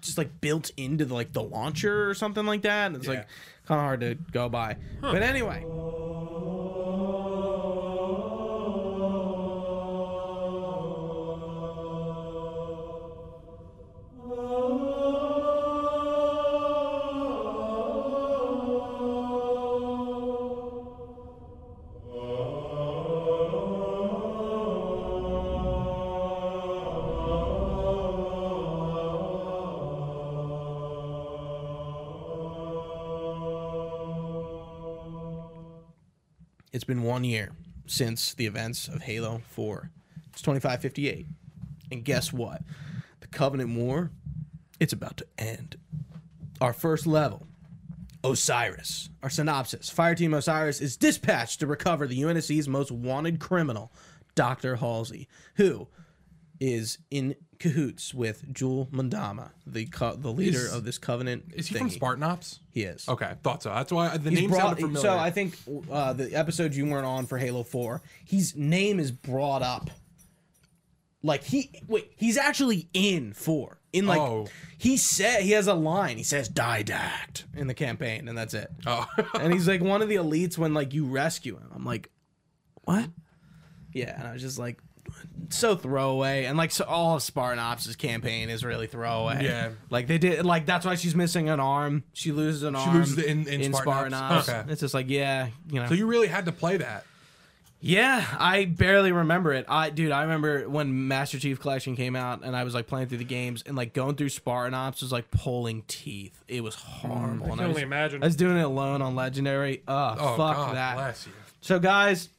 Speaker 1: just like built into the, like the launcher or something like that. And it's like kind of hard to go by. But anyway, it's been one year since the events of Halo 4. It's 2558. And guess what? The Covenant War, it's about to end. Our first level, Osiris. Our synopsis Fireteam Osiris is dispatched to recover the UNSC's most wanted criminal, Dr. Halsey, who is in cahoots with Jewel Mandama, the co- the leader
Speaker 3: Is-
Speaker 1: of this Covenant.
Speaker 3: Is he from
Speaker 1: thingy.
Speaker 3: Spartan Ops?
Speaker 1: He is.
Speaker 3: Okay, thought so. That's why the
Speaker 1: He's
Speaker 3: name
Speaker 1: brought-
Speaker 3: sounded familiar.
Speaker 1: So I think uh, the episode you weren't on for Halo Four, his name is brought up. Like he wait, he's actually in four. In like
Speaker 3: Oh.
Speaker 1: he said he has a line. He says didact in the campaign, and that's it.
Speaker 3: oh.
Speaker 1: and he's like one of the elites when like you rescue him. I'm like, what? Yeah, and I was just like, so throwaway. And like so all of Spartan Ops' campaign is really throwaway.
Speaker 3: Yeah.
Speaker 1: like they did. Like that's why she's missing an arm. She loses an arm.
Speaker 3: loses it in- in Spartan Ops? Okay.
Speaker 1: It's just like yeah, you know.
Speaker 3: so you really had to play that.
Speaker 1: Yeah, I barely remember it. I dude, I remember when Master Chief Collection came out and I was like playing through the games and like going through Spartan Ops was like pulling teeth. It
Speaker 3: Mm,
Speaker 1: was horrible. and
Speaker 2: can
Speaker 1: I was,
Speaker 2: only imagine.
Speaker 1: I was doing it alone on Legendary. Uh
Speaker 3: Oh,
Speaker 1: fuck
Speaker 3: God
Speaker 1: that.
Speaker 3: bless you.
Speaker 1: So guys,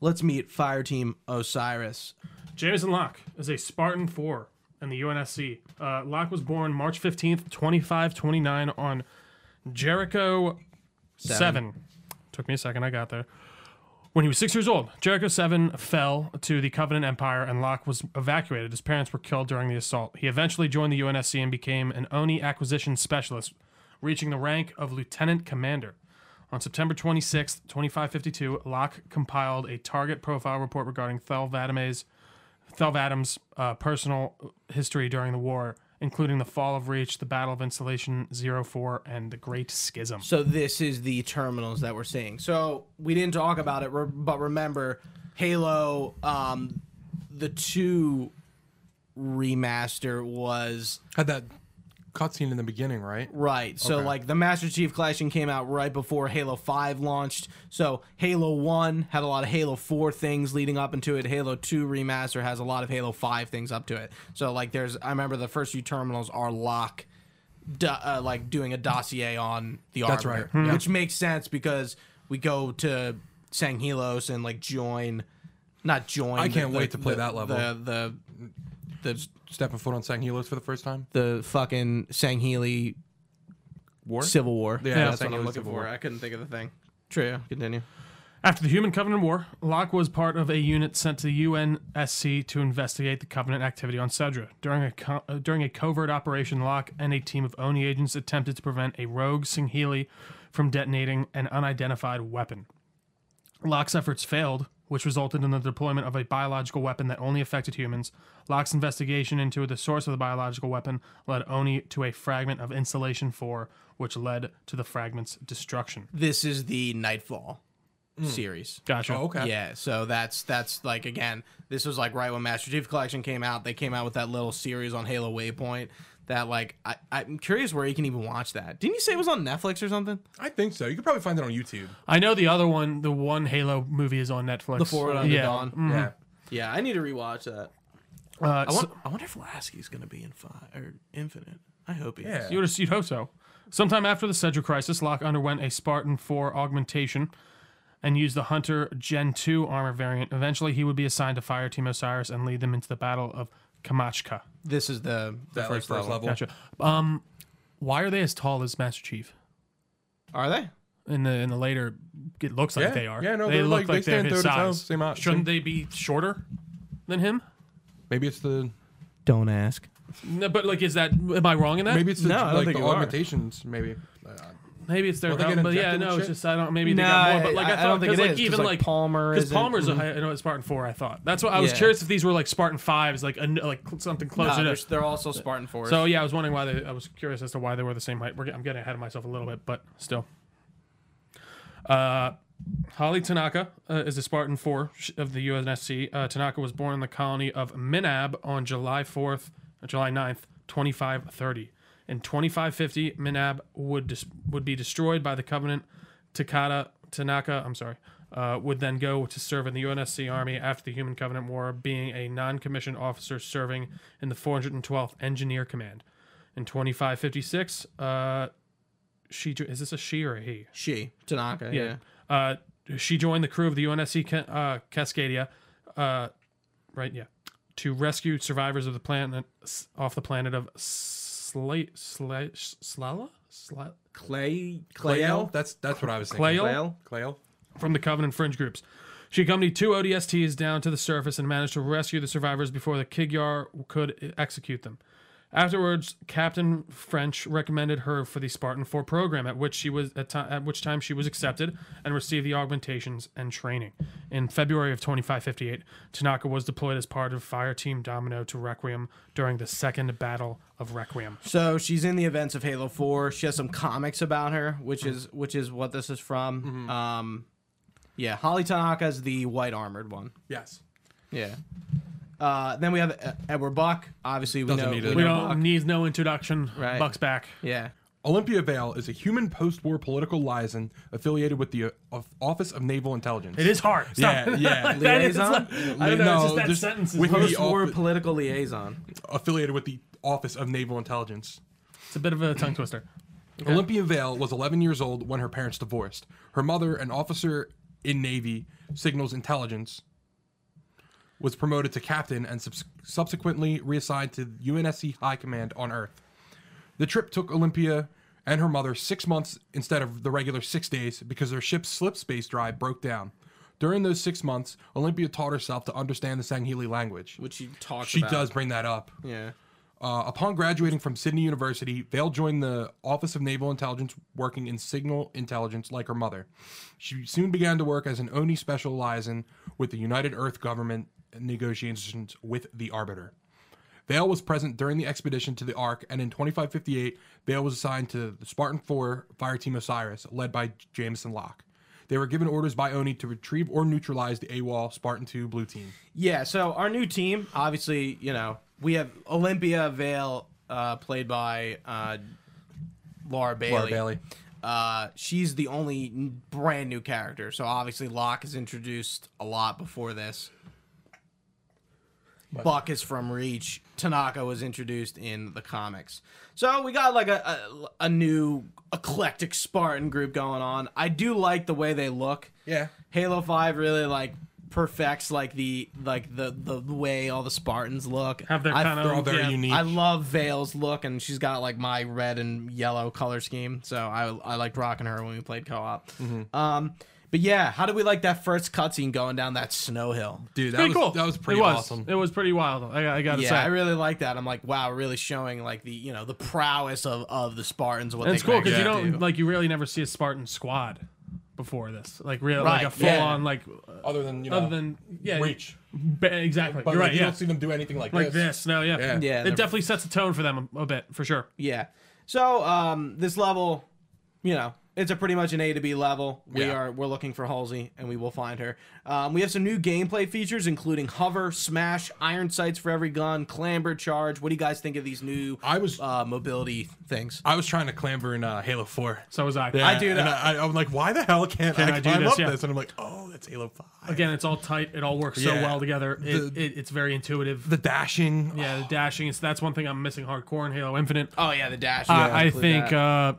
Speaker 1: let's meet Fireteam Osiris.
Speaker 2: Jameson Locke is a Spartan 4 in the UNSC. Uh, Locke was born March 15th, 2529 on Jericho 7. Took me a second, I got there. When he was six years old, Jericho 7 fell to the Covenant Empire and Locke was evacuated. His parents were killed during the assault. He eventually joined the UNSC and became an ONI acquisition specialist, reaching the rank of lieutenant commander. On September 26, 2552, Locke compiled a target profile report regarding Thel Vadime's Thelv Adams' uh, personal history during the war, including the fall of Reach, the Battle of Installation 04, and the Great Schism.
Speaker 1: So this is the terminals that we're seeing. So we didn't talk about it, re- but remember, Halo, um, the two remaster was
Speaker 3: Had that cutscene in the beginning, right?
Speaker 1: right. So like the Master Chief Collection came out right before Halo Five launched. So Halo One had a lot of Halo Four things leading up into it. Halo Two remaster has a lot of Halo Five things up to it. So like there's, I remember the first few terminals are lock. do- uh, like doing a dossier on the
Speaker 3: That's
Speaker 1: arbiter,
Speaker 3: right, Hmm. yeah.
Speaker 1: which makes sense because we go to Sanghelos and like join, not join.
Speaker 3: I can't wait to play
Speaker 1: the-
Speaker 3: that level.
Speaker 1: The the the,
Speaker 3: Stepping foot on Sanghelos for the first time.
Speaker 1: the fucking Sangheili
Speaker 3: War.
Speaker 1: Civil War.
Speaker 3: Yeah,
Speaker 1: that's what
Speaker 3: Sangheili
Speaker 1: I'm looking
Speaker 3: Civil
Speaker 1: for.
Speaker 3: War.
Speaker 1: I couldn't think of the thing. True. Continue.
Speaker 2: After the Human Covenant War, Locke was part of a unit sent to the UNSC to investigate the Covenant activity on Sedra. During a, co- uh, during a covert operation, Locke and a team of ONI agents attempted to prevent a rogue Singhili from detonating an unidentified weapon. Locke's efforts failed, which resulted in the deployment of a biological weapon that only affected humans. Locke's investigation into the source of the biological weapon led Oni to a fragment of Installation 4, which led to the fragment's destruction.
Speaker 1: This is the Nightfall Hmm. series.
Speaker 2: Gotcha.
Speaker 3: Oh, okay.
Speaker 1: Yeah, so that's that's like again, this was like right when Master Chief Collection came out. They came out with that little series on Halo Waypoint. That like I, I'm curious where you can even watch that. Didn't you say it was on Netflix or something?
Speaker 3: I think so. You could probably find it on YouTube.
Speaker 2: I know the other one, the one Halo movie is on Netflix.
Speaker 1: The Forward Under
Speaker 2: yeah. Mm-hmm.
Speaker 1: Dawn.
Speaker 3: Yeah.
Speaker 1: Yeah, I need to rewatch that.
Speaker 2: Uh,
Speaker 1: I,
Speaker 2: so-
Speaker 1: want, I wonder if Lasky's gonna be in five or Infinite. I hope he is.
Speaker 2: you would have, you'd hope so. Sometime after the Sedra Crisis, Locke underwent a Spartan 4 augmentation and used the Hunter Gen 2 armor variant. Eventually, he would be assigned to fire Team Osiris and lead them into the Battle of Kamachka.
Speaker 1: This is the, the
Speaker 3: That
Speaker 1: first,
Speaker 3: like,
Speaker 1: level.
Speaker 2: Gotcha. Um, why are they as tall as Master Chief?
Speaker 1: Are they?
Speaker 2: In the in the later, it looks like
Speaker 3: Yeah.
Speaker 2: they are.
Speaker 3: Yeah, no,
Speaker 2: they
Speaker 3: they're
Speaker 2: look
Speaker 3: like-
Speaker 2: like,
Speaker 3: they
Speaker 2: they are
Speaker 3: stand
Speaker 2: his
Speaker 3: toe to toe,
Speaker 2: size.
Speaker 3: same out-
Speaker 2: Shouldn't they be shorter than him?
Speaker 3: Maybe it's the
Speaker 1: Don't ask.
Speaker 2: No, but like, is that am I wrong in that?
Speaker 3: maybe it's the,
Speaker 1: No, I don't
Speaker 3: like
Speaker 1: think
Speaker 3: the
Speaker 1: you are.
Speaker 3: augmentations. Maybe uh,
Speaker 2: Maybe it's their
Speaker 3: Well, they
Speaker 2: helmet,
Speaker 3: get
Speaker 2: but yeah,
Speaker 3: injected
Speaker 2: no,
Speaker 3: with
Speaker 2: it's
Speaker 3: shit?
Speaker 2: just I don't. Maybe
Speaker 1: No,
Speaker 2: they got more. But like I,
Speaker 1: I
Speaker 2: thought,
Speaker 1: don't think
Speaker 2: 'cause,
Speaker 1: it
Speaker 2: like
Speaker 1: is, 'cause,
Speaker 2: even
Speaker 1: like,
Speaker 2: like
Speaker 1: Palmer
Speaker 2: because
Speaker 1: isn't- mm-hmm.
Speaker 2: Palmer's a high, you know, at Spartan four. I thought that's what I was
Speaker 1: Yeah.
Speaker 2: curious if these were like Spartan fives, like a, like cl- something
Speaker 1: No,
Speaker 2: closer
Speaker 1: they're,
Speaker 2: to.
Speaker 1: they're also Spartan Force.
Speaker 2: So yeah, I was wondering why they. I was curious as to why they were the same height. We're, get- I'm getting ahead of myself a little bit, but still. Uh, Holly Tanaka uh, is a Spartan four sh- of the UNSC. Uh, Tanaka was born in the colony of Minab on July fourth, uh, July 9th, twenty five thirty. In twenty five fifty, Minab would dis- would be destroyed by the Covenant. Takata Tanaka, I'm sorry, uh, would then go to serve in the UNSC Army after the Human Covenant War, being a non-commissioned officer serving in the 412th Engineer Command. In 2556, uh, she jo- is this a she or a he?
Speaker 1: she Tanaka. Yeah.
Speaker 2: Uh, she joined the crew of the UNSC Ca- uh, Cascadia, uh, right? Yeah, to rescue survivors of the planet off the planet of Slay Slay Slala Sla-
Speaker 1: Clay Clayel.
Speaker 3: Clayle. That's that's what I was thinking.
Speaker 2: Clayle.
Speaker 1: Clayle.
Speaker 3: Clayle.
Speaker 2: from the Covenant fringe groups. She accompanied two ODSTs down to the surface and managed to rescue the survivors before the Kigyar could execute them. Afterwards, Captain French recommended her for the Spartan 4 program, at which she was at, ti- at which time she was accepted and received the augmentations and training. In February of 2558, Tanaka was deployed as part of Fire Team Domino to Requiem during the Second Battle of Requiem.
Speaker 1: So she's in the events of Halo Four. She has some comics about her, which
Speaker 3: Hmm.
Speaker 1: is which is what this is from.
Speaker 3: Mm-hmm.
Speaker 1: Um, yeah, Holly Tanaka is the white armored one.
Speaker 3: Yes.
Speaker 1: Yeah. Uh, then we have uh, Edward Buck. Obviously, we
Speaker 3: Doesn't
Speaker 1: know.
Speaker 3: need
Speaker 1: we
Speaker 3: it.
Speaker 2: We
Speaker 1: know
Speaker 2: don't
Speaker 1: Buck.
Speaker 2: need no introduction.
Speaker 1: Right.
Speaker 2: Buck's back.
Speaker 1: Yeah.
Speaker 3: Olympia Vale is a human post-war political liaison affiliated with the uh, of- Office of Naval Intelligence.
Speaker 2: It is hard. Stop.
Speaker 3: Yeah, yeah.
Speaker 2: That is-
Speaker 1: Liaison?
Speaker 2: like- I don't know. it's
Speaker 3: Mm, No,
Speaker 2: just that
Speaker 3: just
Speaker 2: sentence is
Speaker 3: with
Speaker 2: hard.
Speaker 3: the
Speaker 1: Post-war
Speaker 3: office-
Speaker 1: political liaison.
Speaker 3: affiliated with the Office of Naval Intelligence.
Speaker 2: It's a bit of a tongue twister.
Speaker 3: Olympia Vale was 11 years old when her parents divorced. Her mother, an officer in Navy signals intelligence, was promoted to captain and subs- subsequently reassigned to UNSC High Command on Earth. The trip took Olympia and her mother six months instead of the regular six days because their ship's slip space drive broke down. During those six months, Olympia taught herself to understand the Sangheili language.
Speaker 1: Which she talks
Speaker 3: She
Speaker 1: about.
Speaker 3: does bring that up.
Speaker 1: Yeah.
Speaker 3: Uh, upon graduating from Sydney University, Vale joined the Office of Naval Intelligence, working in signal intelligence like her mother. She soon began to work as an ONI special liaison with the United Earth Government negotiations with the Arbiter. Vale was present during the expedition to the Ark, and in 2558, Vale was assigned to the Spartan Four Fire Team Osiris, led by Jameson Locke. They were given orders by Oni to retrieve or neutralize the AWOL Spartan Two Blue Team.
Speaker 1: Yeah, so our new team, obviously, you know, we have Olympia Vale, uh, played by uh, Laura Bailey.
Speaker 3: Laura Bailey.
Speaker 1: Uh, she's the only n- brand new character, so obviously Locke is introduced a lot before this. Buck is from Reach. Tanaka was introduced in the comics. So we got like a, a, a new eclectic Spartan group going on. I do like the way they look.
Speaker 3: Yeah.
Speaker 1: Halo Five really like perfects like the like the the way all the Spartans look.
Speaker 2: Have their
Speaker 1: I-
Speaker 2: kind
Speaker 3: They're all
Speaker 2: of
Speaker 3: very
Speaker 2: yeah,
Speaker 3: unique.
Speaker 1: I love Vale's look, and she's got like my red and yellow color scheme. So I I liked rocking her when we played co-op. Um, but yeah, how did we like that first cutscene going down that snow hill?
Speaker 3: Dude, that
Speaker 2: Pretty
Speaker 3: was
Speaker 2: cool.
Speaker 3: that was pretty
Speaker 2: it was.
Speaker 3: awesome.
Speaker 2: It was pretty wild. I, I gotta
Speaker 1: Yeah,
Speaker 2: say,
Speaker 1: I really like that. I'm like, wow, really showing like the you know the prowess of of the Spartans. What
Speaker 2: And
Speaker 1: they
Speaker 2: it's cool
Speaker 1: can
Speaker 2: because you
Speaker 1: actually
Speaker 2: don't
Speaker 1: do.
Speaker 2: like you really never see a Spartan squad before this. Like real, like
Speaker 1: Right,
Speaker 2: a full
Speaker 1: yeah.
Speaker 2: on like uh,
Speaker 3: Other than you know,
Speaker 2: other than yeah
Speaker 3: Reach.
Speaker 2: ba- exactly.
Speaker 3: but
Speaker 2: You're
Speaker 3: like,
Speaker 2: right.
Speaker 3: you
Speaker 2: Yeah,
Speaker 3: don't see them do anything like,
Speaker 2: like this. No, yeah,
Speaker 3: Yeah.
Speaker 1: Yeah, they're-
Speaker 2: It definitely sets the tone for them a, a bit for sure.
Speaker 1: Yeah. So um, this level, you know, it's a pretty much an A to B level. We
Speaker 3: Yeah.
Speaker 1: are we're looking for Halsey, and we will find her. Um, we have some new gameplay features, including hover, smash, iron sights for every gun, clamber, charge. What do you guys think of these new
Speaker 3: I was
Speaker 1: uh, mobility things?
Speaker 3: I was trying to clamber in uh, Halo Four.
Speaker 2: So was I.
Speaker 1: I do
Speaker 3: and
Speaker 1: that.
Speaker 3: I, I'm like, why the hell can't I,
Speaker 2: I do
Speaker 3: climb
Speaker 2: this?
Speaker 3: up
Speaker 2: Yeah.
Speaker 3: this? And I'm like, oh, that's Halo Five.
Speaker 2: Again, it's all tight. It all works so
Speaker 3: Yeah.
Speaker 2: well together. It,
Speaker 3: The-
Speaker 2: it, it's very intuitive.
Speaker 3: The dashing.
Speaker 2: yeah, the dashing. It's that's one thing I'm missing hardcore in Halo Infinite.
Speaker 1: Oh yeah, the dash.
Speaker 2: I-
Speaker 1: Yeah,
Speaker 2: I
Speaker 1: include
Speaker 2: think
Speaker 1: that.
Speaker 2: uh,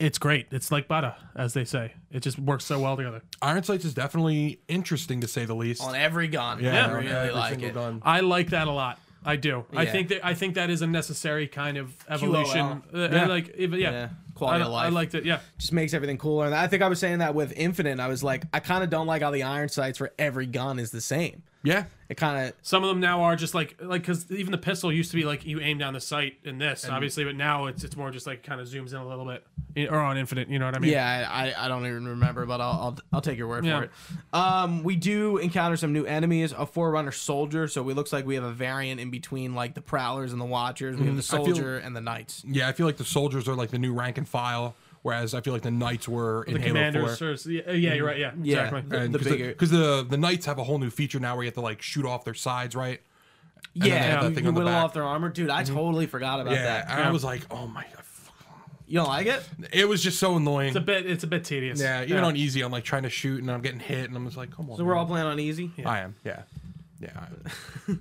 Speaker 2: it's great. It's like butter, as they say. It just works so well together.
Speaker 3: Iron Sights is definitely interesting to say the least.
Speaker 2: uh,
Speaker 1: on every gun.
Speaker 3: Yeah,
Speaker 1: I
Speaker 3: on
Speaker 1: really
Speaker 3: every
Speaker 1: like
Speaker 3: single
Speaker 1: it.
Speaker 3: gun.
Speaker 2: I like that a lot. I do. I
Speaker 1: Yeah.
Speaker 2: think that I think that is a necessary kind of evolution. Uh, and
Speaker 3: Yeah.
Speaker 2: Like even- yeah.
Speaker 1: Yeah, quality
Speaker 2: I,
Speaker 1: of life.
Speaker 2: I liked it. Yeah.
Speaker 1: just makes everything cooler. And I think I was saying that with Infinite. I was like, I kind of don't like how the iron sights for every gun is the same.
Speaker 3: Yeah,
Speaker 1: It kind of
Speaker 2: Some of them now are just like like because even the pistol used to be like you aim down the sight in this obviously, but now it's it's more just like kind of zooms in a little bit You- or on infinite. You know what I mean?
Speaker 1: Yeah, I, I- I don't even remember, but I'll, I'll, I'll take your word
Speaker 2: Yeah.
Speaker 1: for it. Um, we do encounter some new enemies, a Forerunner soldier, so it looks like we have a variant in between like the Prowlers and the Watchers. We have the
Speaker 3: Mm-hmm. I feel-
Speaker 1: soldier and the Knights.
Speaker 3: yeah. I feel like the soldiers are like the new rank and file, whereas I feel like the knights were in
Speaker 2: The
Speaker 3: Halo
Speaker 2: commanders.
Speaker 3: Four.
Speaker 2: Or, yeah, yeah, you're right. Yeah.
Speaker 1: Yeah.
Speaker 2: Exactly.
Speaker 1: The-
Speaker 3: And
Speaker 1: the
Speaker 3: cause
Speaker 1: bigger-
Speaker 3: because the, the knights have a whole new feature now where you have to like shoot off their sides, right? then they have
Speaker 1: yeah,
Speaker 3: that
Speaker 1: you,
Speaker 3: thing
Speaker 1: you
Speaker 3: on the
Speaker 1: whittle
Speaker 3: back. Mm-hmm.
Speaker 1: off their armor. Dude, I totally forgot about
Speaker 3: Yeah,
Speaker 1: that.
Speaker 3: and
Speaker 2: Yeah.
Speaker 3: I was like, oh my,
Speaker 1: You don't like it?
Speaker 3: it was just so annoying.
Speaker 2: It's a bit it's a bit tedious.
Speaker 3: yeah, even on easy, I'm like trying to shoot and I'm getting hit, and I'm just like, come on.
Speaker 1: So we're all playing on easy.
Speaker 3: I am, yeah, yeah. I-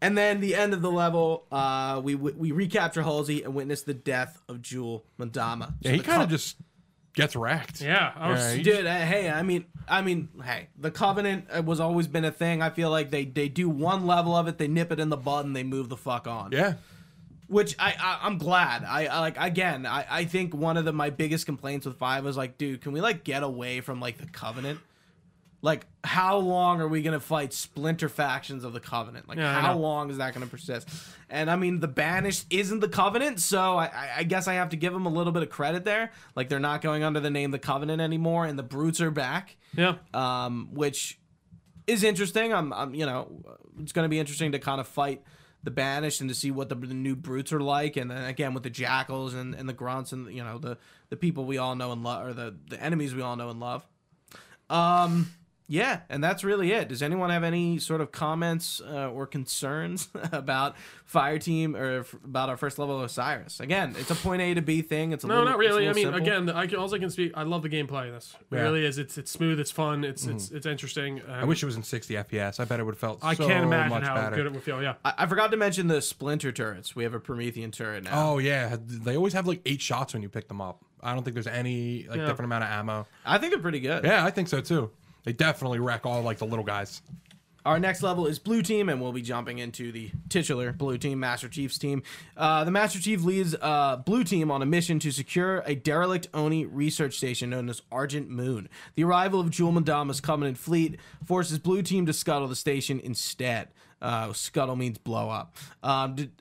Speaker 1: And then the end of the level, uh, we we recapture Halsey and witness the death of Jewel Madama.
Speaker 3: Yeah, he kind of just gets wrecked.
Speaker 2: Yeah. Oh, I was,
Speaker 3: Yeah, you
Speaker 1: Dude, uh, hey, I mean, I mean, hey, the Covenant uh, was always been a thing. I feel like they they do one level of it, they nip it in the bud, and they move the fuck on.
Speaker 3: Yeah.
Speaker 1: Which I, I I'm glad. I, I like again. I I think one of the my biggest complaints with five was like, dude, can we like get away from like the Covenant? Like, how long are we gonna fight splinter factions of the Covenant? Like,
Speaker 2: Yeah, I
Speaker 1: how
Speaker 2: know.
Speaker 1: long is that gonna persist? And I mean, the Banished isn't the Covenant, so I, I, I guess I have to give them a little bit of credit there. Like, they're not going under the name the Covenant anymore, and the Brutes are back
Speaker 2: yeah.
Speaker 1: um, which is interesting. I'm, I'm, you know, it's going to be interesting to kind of fight the banished and to see what the, the new brutes are like, and then again with the jackals and, and the grunts and you know the the people we all know and love, or the the enemies we all know and love. Um, yeah, and that's really it. Does anyone have any sort of comments uh, or concerns about Fire Team or f- about our first level of Osiris? Again, it's a point A to B thing. It's a
Speaker 2: No,
Speaker 1: little, it's
Speaker 2: not
Speaker 1: a
Speaker 2: really. I
Speaker 1: little
Speaker 2: mean,
Speaker 1: simple.
Speaker 2: again, I can, also can speak. I love the gameplay in this. It
Speaker 3: Yeah. Mm.
Speaker 2: really is. It's it's smooth. It's fun. It's it's it's interesting. Um,
Speaker 3: I wish it was in 60 FPS. I bet it would have felt.
Speaker 2: I
Speaker 3: so
Speaker 2: can't imagine
Speaker 3: much
Speaker 2: how
Speaker 3: better.
Speaker 2: good it would feel. Yeah.
Speaker 1: I, I forgot to mention the Splinter turrets. We have a Promethean turret now.
Speaker 3: Oh yeah, they always have like eight shots when you pick them up. I don't think there's any like
Speaker 2: Yeah.
Speaker 3: different amount of ammo.
Speaker 1: I think they're pretty good.
Speaker 3: Yeah, I think so too. They definitely wreck all like the little guys.
Speaker 1: Our next level is blue team, and we'll be jumping into the titular blue team, Master Chief's team. Uh, the Master Chief leads uh, blue team on a mission to secure a derelict Oni research station known as Argent Moon. The arrival of Jewel Madama's Covenant fleet forces blue team to scuttle the station instead. Uh, scuttle means blow up. Um, did,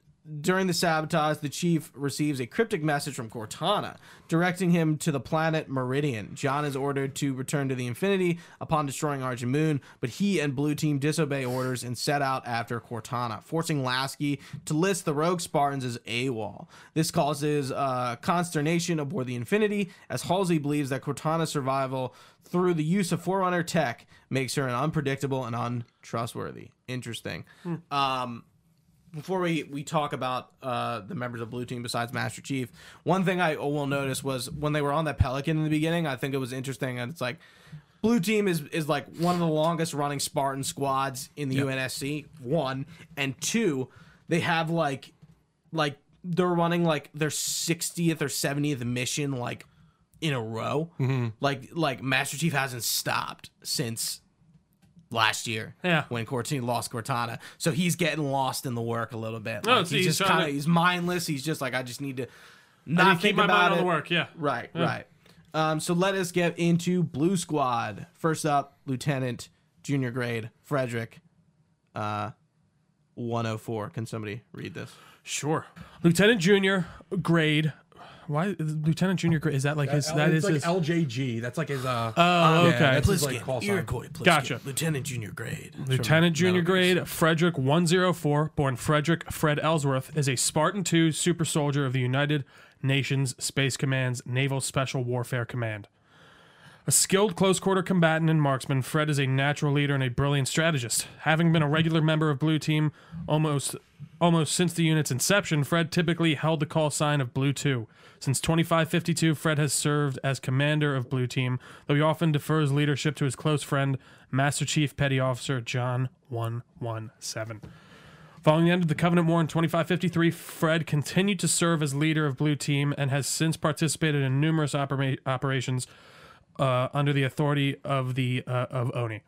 Speaker 1: During the sabotage, the chief receives a cryptic message from Cortana directing him to the planet Meridian. John is ordered to return to the Infinity upon destroying Arjun Moon, but he and Blue Team disobey orders and set out after Cortana, forcing Lasky to list the rogue Spartans as AWOL. This causes uh, consternation aboard the Infinity as Halsey believes that Cortana's survival through the use of Forerunner tech makes her an unpredictable and untrustworthy. Interesting before we we talk about uh, the members of Blue Team besides Master Chief, one thing I will notice was when they were on that Pelican in the beginning, I think it was interesting, and it's like Blue Team is is like one of the longest running Spartan squads in the UNSC. One and two, they have like like they're running like their 60th or 70th mission like in a row.
Speaker 2: Mm-hmm.
Speaker 1: Like like Master Chief hasn't stopped since last year.
Speaker 2: Yeah.
Speaker 1: When Cortana lost Cortana. So he's getting lost in the work a little bit.
Speaker 2: No,
Speaker 1: Like,
Speaker 2: it's-
Speaker 1: he's,
Speaker 2: he's
Speaker 1: just
Speaker 2: trying
Speaker 1: kind of
Speaker 2: to-
Speaker 1: he's mindless. He's just like I just need to
Speaker 2: I
Speaker 1: not
Speaker 2: need to
Speaker 1: think
Speaker 2: keep my
Speaker 1: about it.
Speaker 2: mind on the work. Yeah.
Speaker 1: Right, right. Um, so let us get into Blue Squad. First up, Lieutenant Junior Grade Frederick. Uh, 104. Can somebody read this?
Speaker 2: Sure. Lieutenant Junior grade. Why is Lieutenant Junior grade? Is that like his? that is
Speaker 3: it's like
Speaker 2: his.
Speaker 3: LJG. That's like his. Uh,
Speaker 2: oh, okay.
Speaker 3: that's his like call sign.
Speaker 1: Pliskin,
Speaker 2: Gotcha.
Speaker 1: Lieutenant Junior Grade.
Speaker 2: Lieutenant Junior
Speaker 1: Metal Gear.
Speaker 2: grade Frederick 104, born Frederick Fred Ellsworth, is a Spartan II super soldier of the United Nations Space Command's Naval Special Warfare Command. A skilled close quarter combatant and marksman, Fred is a natural leader and a brilliant strategist. Having been a regular member of Blue Team almost almost since the unit's inception, Fred typically held the call sign of Blue 2. Since 2552, Fred has served as commander of Blue Team, though he often defers leadership to his close friend, Master Chief Petty Officer John 117. Following the end of the Covenant War in 2553, Fred continued to serve as leader of Blue Team and has since participated in numerous opera- operations uh, under the authority of the uh, of Oni.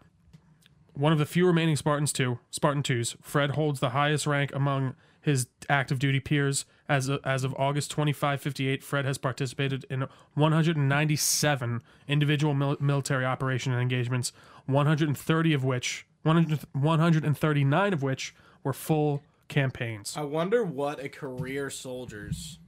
Speaker 2: One of the few remaining Spartans too, Spartan twos, Fred holds the highest rank among his active duty peers. As of, as of August 2558, Fred has participated in 197 individual mil- military operation and engagements, 130 of which 100, 139 of which were full campaigns.
Speaker 1: I wonder what a career soldier's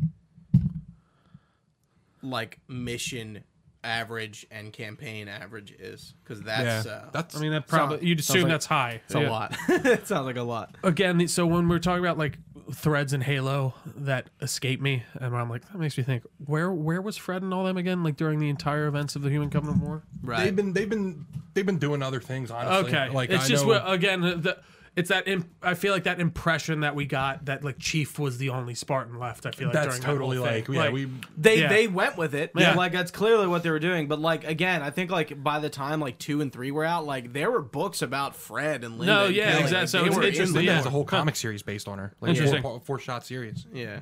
Speaker 1: like mission average and campaign average is because
Speaker 3: Yeah,
Speaker 1: that's uh,
Speaker 3: that's.
Speaker 2: I mean, that probably
Speaker 1: Sound-
Speaker 2: you'd
Speaker 1: sounds
Speaker 2: assume
Speaker 1: like-
Speaker 2: that's high.
Speaker 1: it's a
Speaker 2: Yeah.
Speaker 1: lot. it sounds like a lot.
Speaker 2: again the- so when we're talking about like threads in halo that escape me and i'm like that makes me think where where was fred and all them again like during the entire events of the human covenant war
Speaker 1: Right.
Speaker 3: They've been they've been they've been doing other things honestly.
Speaker 2: okay
Speaker 3: like
Speaker 2: it's
Speaker 3: I
Speaker 2: just
Speaker 3: know,
Speaker 2: what- uh, again the it's that imp- I feel like that impression that we got that like Chief was the only Spartan left. I feel like
Speaker 3: that's
Speaker 2: during that whole
Speaker 3: totally
Speaker 2: thing.
Speaker 3: like yeah we
Speaker 1: they
Speaker 2: Yeah.
Speaker 1: they went with it.
Speaker 2: Yeah.
Speaker 1: Like that's clearly what they were doing. But like again, I think like by the time like two and three were out, like there were books about Fred and Linda.
Speaker 2: No,
Speaker 1: and
Speaker 2: yeah,
Speaker 1: Kelly.
Speaker 2: exactly.
Speaker 1: Like,
Speaker 2: So
Speaker 1: they
Speaker 2: it's
Speaker 1: were in
Speaker 2: interesting,
Speaker 1: there.
Speaker 3: Linda
Speaker 2: yeah.
Speaker 3: has a whole comic series based on her. Like
Speaker 2: Interesting.
Speaker 3: Four, four shot series.
Speaker 1: yeah.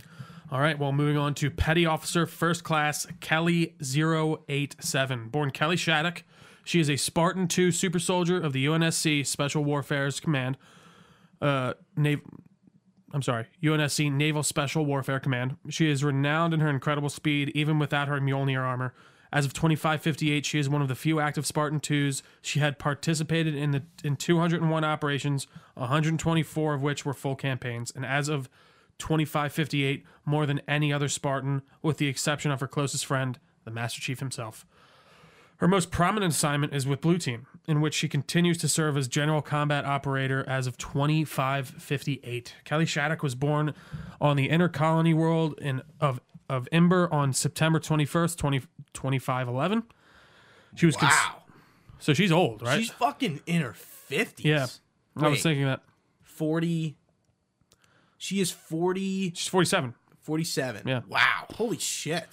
Speaker 2: All right, well, moving on to Petty Officer First Class Kelly 087, born Kelly Shattuck. She is a Spartan II super soldier of the UNSC Special Warfare's Command. Uh, Nav- I'm sorry, UNSC Naval Special Warfare Command. She is renowned in her incredible speed, even without her Mjolnir armor. As of 2558, she is one of the few active Spartan twos. She had participated in the in 201 operations, 124 of which were full campaigns, and as of 2558, more than any other Spartan, with the exception of her closest friend, the Master Chief himself. Her most prominent assignment is with Blue Team, in which she continues to serve as General Combat Operator as of 2558. Kelly Shattuck was born on the inner colony world in, of, of Ember on September 21st, 20, 2511. She was cons-
Speaker 1: Wow.
Speaker 2: so she's old, right?
Speaker 1: She's fucking in her fifties.
Speaker 2: yeah. I was
Speaker 1: Wait.
Speaker 2: thinking that.
Speaker 1: Forty. She is 40,
Speaker 2: She's 47.
Speaker 1: 47.
Speaker 2: Yeah.
Speaker 1: Wow. Holy shit.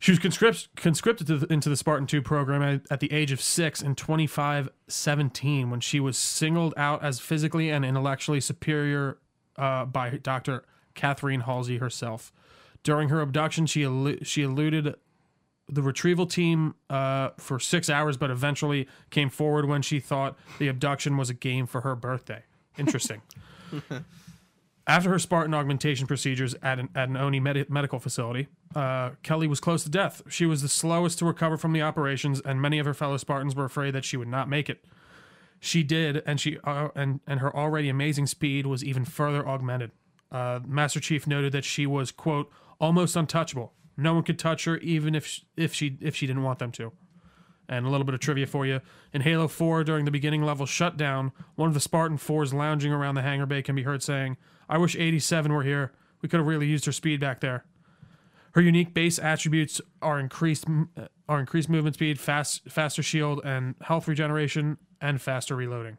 Speaker 2: She was conscript, conscripted to the, into the Spartan II program at, at the age of six in 2517 when she was singled out as physically and intellectually superior uh, by Dr. Catherine Halsey herself. During her abduction, she, elu- she eluded the retrieval team uh, for six hours, but eventually came forward when she thought the abduction was a game for her birthday. Interesting. After her Spartan augmentation procedures at an, at an ONI medi- medical facility, uh, Kelly was close to death. She was the slowest to recover from the operations, and many of her fellow Spartans were afraid that she would not make it. She did, and she uh, and and her already amazing speed was even further augmented. Uh, Master Chief noted that she was quote almost untouchable. No one could touch her, even if sh- if she if she didn't want them to. And a little bit of trivia for you. In Halo 4, during the beginning level shutdown, one of the Spartan 4s lounging around the hangar bay can be heard saying, I wish 87 were here. We could have really used her speed back there. Her unique base attributes are increased m- uh, are increased movement speed, fast faster shield and health regeneration, and faster reloading.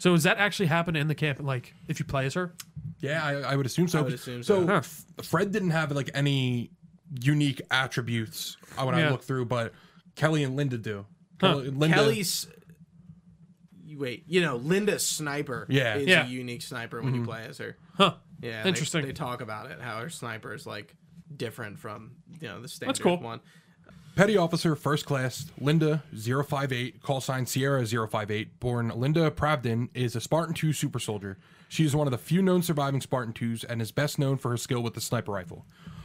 Speaker 2: So does that actually happen in the camp? Like if you play as her?
Speaker 3: Yeah, I, I would assume so.
Speaker 1: would assume
Speaker 3: so
Speaker 1: so.
Speaker 2: Huh.
Speaker 3: F- Fred didn't have like any unique attributes uh, when I
Speaker 2: Yeah.
Speaker 3: look through, but Kelly and Linda do.
Speaker 2: Huh.
Speaker 3: Kelly, Linda,
Speaker 1: Kelly's. you Wait, you know, Linda Sniper
Speaker 3: Yeah.
Speaker 1: is
Speaker 2: Yeah. Mm-hmm.
Speaker 1: a unique sniper when you play as her.
Speaker 2: Huh.
Speaker 1: Yeah, they-
Speaker 2: Interesting.
Speaker 1: They, talk about it how her sniper is like different from you know the standard
Speaker 2: cool.
Speaker 1: one.
Speaker 3: Petty Officer First Class Linda 058, call sign Sierra 058, born Linda Pravdin, is a Spartan 2 super soldier. She is one of the few known surviving Spartan 2s and is best known for her skill with the sniper rifle.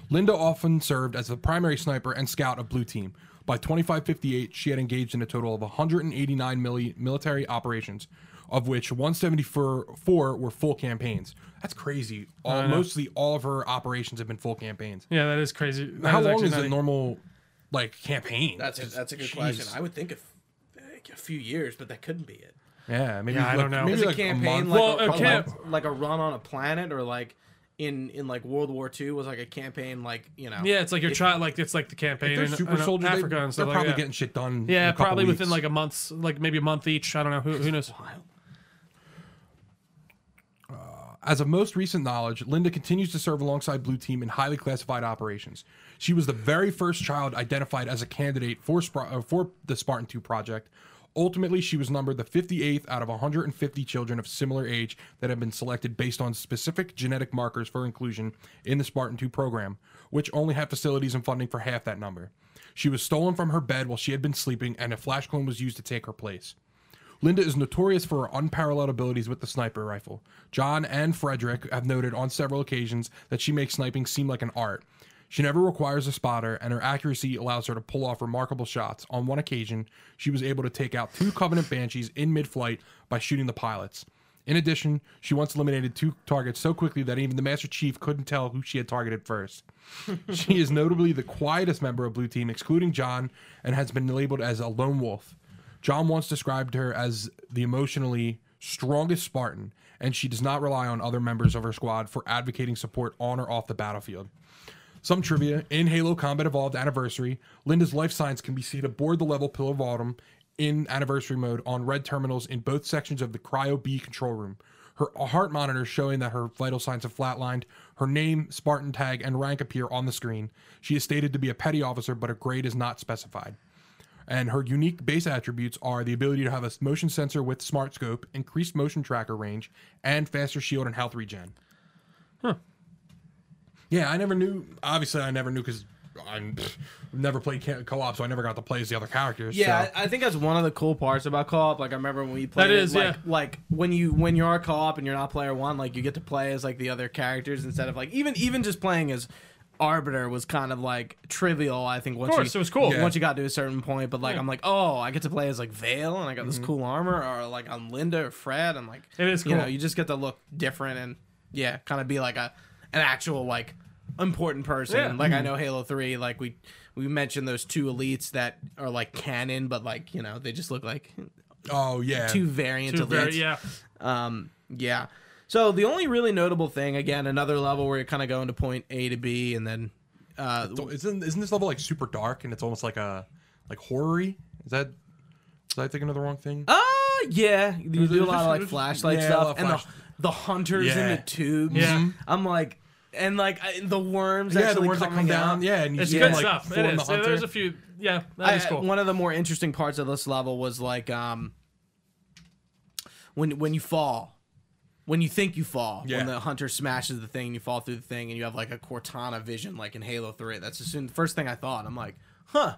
Speaker 3: Linda often served as the primary sniper and scout of Blue Team. By 2558, she had engaged in a total of 189 mili- military operations, of which 174 four were full campaigns. That's crazy. All, mostly all of her operations have been full campaigns.
Speaker 2: Yeah, that is crazy. That
Speaker 3: How long
Speaker 2: actually
Speaker 3: is
Speaker 2: not
Speaker 3: a
Speaker 2: e-
Speaker 3: normal like campaign?
Speaker 1: That's a,
Speaker 3: Just-
Speaker 1: that's a good
Speaker 3: jeez.
Speaker 1: question. I would think of like, a few years, but that couldn't be it.
Speaker 3: Yeah, maybe.
Speaker 2: Yeah, I
Speaker 3: like,
Speaker 2: don't know.
Speaker 3: Maybe
Speaker 1: Is
Speaker 2: It's
Speaker 1: a
Speaker 3: like
Speaker 1: campaign
Speaker 3: month.
Speaker 1: like,
Speaker 2: Well,
Speaker 1: a,
Speaker 2: a camp-
Speaker 1: like, like a run on a planet or like in in like World War II was like a campaign like you know
Speaker 2: Yeah, it's like your child. Like it's like the campaign
Speaker 3: they're
Speaker 2: in,
Speaker 3: super
Speaker 2: I don't know,
Speaker 3: soldiers.
Speaker 2: Africa
Speaker 3: they,
Speaker 2: and stuff
Speaker 3: are
Speaker 2: like
Speaker 3: probably
Speaker 2: that.
Speaker 3: getting shit done. in
Speaker 2: yeah,
Speaker 3: a couple
Speaker 2: probably within
Speaker 3: weeks.
Speaker 2: like a month, like maybe a month each. I don't know. Who, who knows?
Speaker 1: Wild.
Speaker 3: As of most recent knowledge, Linda continues to serve alongside Blue Team in highly classified operations. She was the very first child identified as a candidate for Spar- uh, for the Spartan 2 project. Ultimately, she was numbered the 58th out of 150 children of similar age that had been selected based on specific genetic markers for inclusion in the Spartan 2 program, which only had facilities and funding for half that number. She was stolen from her bed while she had been sleeping, and a flash clone was used to take her place. Linda is notorious for her unparalleled abilities with the sniper rifle. John and Frederick have noted on several occasions that she makes sniping seem like an art. She never requires a spotter, and her accuracy allows her to pull off remarkable shots. On one occasion, she was able to take out two Covenant Banshees in mid flight by shooting the pilots. In addition, she once eliminated two targets so quickly that even the Master Chief couldn't tell who she had targeted first. she is notably the quietest member of Blue Team, excluding John, and has been labeled as a lone wolf. John once described her as the emotionally strongest Spartan, and she does not rely on other members of her squad for advocating support on or off the battlefield. Some trivia in Halo Combat Evolved Anniversary, Linda's life signs can be seen aboard the level Pillar of Autumn in Anniversary mode on red terminals in both sections of the Cryo B control room. Her heart monitor showing that her vital signs have flatlined. Her name, Spartan tag, and rank appear on the screen. She is stated to be a petty officer, but her grade is not specified. And her unique base attributes are the ability to have a motion sensor with smart scope, increased motion tracker range, and faster shield and health regen. Yeah, I never knew. Obviously, I never knew because I never played ca- co-op, so I never got to play as the other characters.
Speaker 1: Yeah,
Speaker 3: so.
Speaker 1: I I think that's one of the cool parts about co-op. Like I remember when we played,
Speaker 2: That is,
Speaker 1: it, like,
Speaker 2: yeah.
Speaker 1: like when you when you are co-op and you're not player one, like you get to play as like the other characters instead of like even even just playing as arbiter was kind of like trivial. I think once
Speaker 2: course,
Speaker 1: you,
Speaker 2: it was cool.
Speaker 3: Yeah.
Speaker 1: once you got to a certain point. But like I'm like, oh, I get to play as like Vale and I got
Speaker 3: Mm-hmm.
Speaker 1: this cool armor, or like I'm Linda or Fred. I'm like,
Speaker 2: It is
Speaker 1: You know,
Speaker 2: cool.
Speaker 1: you just get to look different and yeah, kind of be like a an actual like important person.
Speaker 2: Yeah.
Speaker 1: Like
Speaker 3: Mm-hmm.
Speaker 1: I know Halo Three, like we we mentioned those two elites that are like canon, but like you know they just look like
Speaker 3: oh yeah,
Speaker 1: two variant
Speaker 2: Too
Speaker 1: elites.
Speaker 2: very- yeah.
Speaker 1: Um, yeah. So the only really notable thing, again, another level where you're kind of going to point A to B, and then uh,
Speaker 3: So isn't isn't this level like super dark and it's almost like a like horror-y? Is that was I thinking of the wrong thing?
Speaker 1: uh yeah, you
Speaker 3: There's-
Speaker 1: do a lot of
Speaker 3: there's-
Speaker 1: like flashlight
Speaker 3: yeah, a
Speaker 1: stuff,
Speaker 3: lot of
Speaker 1: and the,
Speaker 3: flash-
Speaker 1: the hunters
Speaker 3: Yeah.
Speaker 1: in the tubes.
Speaker 2: Yeah.
Speaker 1: I'm like, and like I, the worms.
Speaker 3: yeah,
Speaker 1: actually
Speaker 3: the words that
Speaker 1: coming
Speaker 3: come down.
Speaker 1: out.
Speaker 3: Yeah, and you
Speaker 2: It's
Speaker 3: see
Speaker 2: good
Speaker 3: them, like,
Speaker 2: stuff. It
Speaker 3: form
Speaker 2: is.
Speaker 3: the hunter.
Speaker 2: There's a few. Yeah, that
Speaker 1: I-
Speaker 2: is cool.
Speaker 1: One of the more interesting parts of this level was like um, when when you fall, when you think you fall,
Speaker 3: Yeah.
Speaker 1: when the hunter smashes the thing and you fall through the thing, and you have like a Cortana vision, like in Halo Three. That's the soon, first thing I thought. I'm like, huh.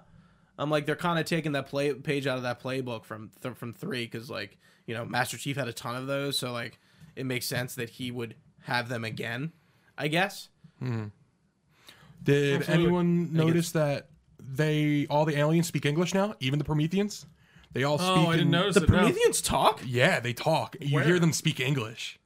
Speaker 1: I'm like they're kind of taking that play page out of that playbook from th- from three because like you know Master Chief had a ton of those, so like it makes sense that he would have them again, I guess.
Speaker 3: Did
Speaker 2: Absolutely.
Speaker 3: anyone notice that they all the aliens speak English now? Even the Prometheans, they all speak.
Speaker 2: oh, I
Speaker 3: in-
Speaker 2: didn't notice
Speaker 1: The
Speaker 2: it. no.
Speaker 1: Prometheans talk.
Speaker 3: Yeah, they talk. You
Speaker 2: Where?
Speaker 3: hear them speak English.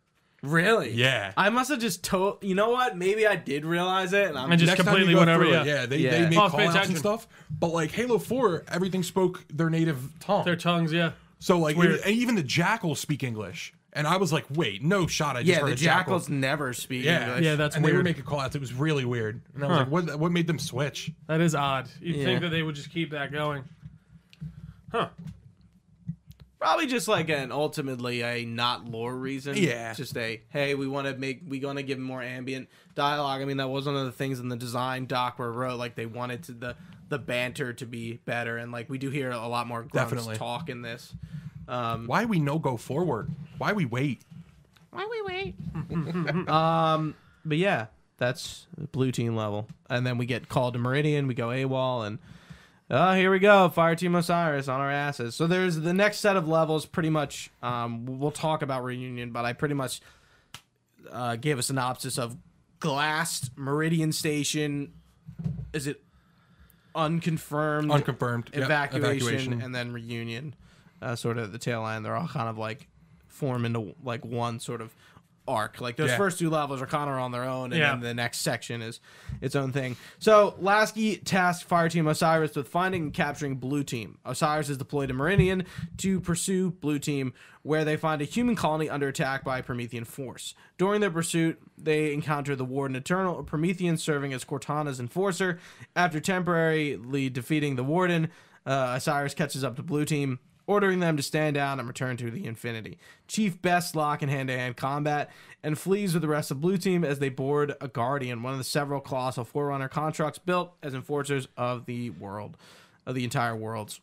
Speaker 1: Really?
Speaker 3: Yeah.
Speaker 1: I must have just told. You know what? Maybe I did realize it, and I'm
Speaker 2: And just
Speaker 1: just
Speaker 3: time
Speaker 2: completely
Speaker 3: you go
Speaker 2: went over.
Speaker 3: through
Speaker 2: Yeah.
Speaker 3: it, they,
Speaker 1: Yeah.
Speaker 3: they make
Speaker 2: Oh,
Speaker 3: call
Speaker 2: it's
Speaker 3: callouts
Speaker 2: fantastic.
Speaker 3: and stuff. But like Halo 4, everything spoke their native tongue.
Speaker 2: Their tongues, yeah.
Speaker 3: so like,
Speaker 2: weird.
Speaker 3: and even the jackals speak English. And I was like, wait, no shot. I just
Speaker 1: yeah.
Speaker 3: heard
Speaker 1: The
Speaker 3: a jackal.
Speaker 1: jackals never speak
Speaker 3: Yeah,
Speaker 1: English.
Speaker 2: Yeah, that's
Speaker 3: and they were
Speaker 2: weird.
Speaker 3: making callouts. It was really weird. And I was
Speaker 2: Huh.
Speaker 3: like, what? What made them switch?
Speaker 2: That is odd. You'd
Speaker 1: Yeah.
Speaker 2: think that they would just keep that going. Huh.
Speaker 1: Probably just like an ultimately a not lore reason.
Speaker 3: Yeah.
Speaker 1: Just a hey, we want to make we going to give more ambient dialogue. I mean, that was one of the things in the design doc where wrote like they wanted to, the the banter to be better, and like we do hear a lot more grunts
Speaker 3: Definitely.
Speaker 1: talk in this.
Speaker 3: Why we no go forward? Why we wait?
Speaker 1: Why we wait? um, but yeah, that's blue team level, and then we get called to Meridian. We go AWOL, and oh, here we go, Fire Team Osiris on our asses. So there's the next set of levels. Pretty much, um, we'll talk about reunion, but I pretty much uh, gave a synopsis of Glassed Meridian Station. Is it unconfirmed?
Speaker 3: Unconfirmed Yep,
Speaker 1: evacuation, and then reunion uh, sort of at the tail end they're all kind of like form into like one sort of arc like those
Speaker 3: Yeah.
Speaker 1: first two levels are kind of on their own and
Speaker 2: Yeah.
Speaker 1: then the next section is its own thing so lasky tasked fire team osiris with finding and capturing blue team osiris is deployed to meridian to pursue blue team where they find a human colony under attack by promethean force during their pursuit they encounter the warden eternal a promethean serving as cortana's enforcer after temporarily defeating the warden uh, Osiris catches up to Blue Team, ordering them to stand down and return to the Infinity. Chief Best lock in hand to hand combat and flees with the rest of Blue Team as they board a Guardian, one of the several colossal Forerunner contracts built as enforcers of the world, of the entire worlds.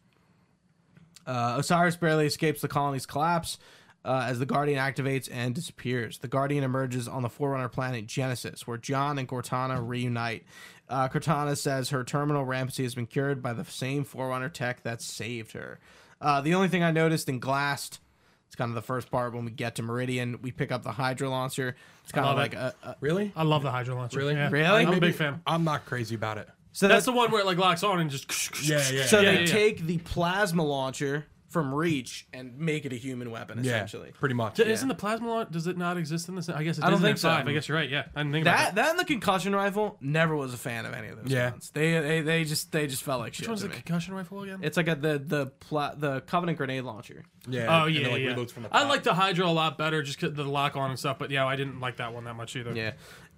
Speaker 1: Uh, Osiris barely escapes the colony's collapse uh, as the Guardian activates and disappears. The Guardian emerges on the Forerunner planet Genesis, where John and Cortana reunite. Uh, Cortana says her terminal rampancy has been cured by the same Forerunner tech that saved her. Uh, the only thing I noticed in Glassed, it's kind of the first part when we get to Meridian, we pick up the Hydra launcher. It's kind of
Speaker 2: love
Speaker 1: like
Speaker 2: it.
Speaker 1: a, a
Speaker 3: Really?
Speaker 2: I love the hydro launcher.
Speaker 3: Really?
Speaker 2: Yeah.
Speaker 1: Really?
Speaker 2: I'm a
Speaker 1: Maybe-
Speaker 2: big fan.
Speaker 3: I'm not crazy about it.
Speaker 1: so
Speaker 2: That's the one where it like locks on and just.
Speaker 3: Yeah, yeah.
Speaker 1: So
Speaker 2: Yeah,
Speaker 1: they
Speaker 2: yeah, yeah.
Speaker 1: take the plasma launcher from Reach and make it a human weapon
Speaker 3: Yeah,
Speaker 1: essentially.
Speaker 3: pretty much.
Speaker 2: D- Isn't the plasma launcher? Does it not exist in this? I guess it does
Speaker 1: don't
Speaker 2: in
Speaker 1: think so.
Speaker 2: five. I guess you're right. Yeah, I didn't think
Speaker 1: That
Speaker 2: about
Speaker 1: that and the concussion rifle never was a fan of any of those.
Speaker 3: Yeah.
Speaker 1: guns. they they they just they just felt like
Speaker 2: Which
Speaker 1: shit
Speaker 2: one's
Speaker 1: to
Speaker 2: the
Speaker 1: me.
Speaker 2: concussion rifle again?
Speaker 1: it's like a the the pla- the Covenant grenade launcher.
Speaker 3: Yeah.
Speaker 2: oh
Speaker 3: and
Speaker 2: yeah,
Speaker 3: then, like,
Speaker 2: yeah.
Speaker 3: reloads from the
Speaker 2: I
Speaker 3: top.
Speaker 2: like the hydro a lot better, just 'cause the lock on and stuff. But yeah, I didn't like that one that much either.
Speaker 1: Yeah.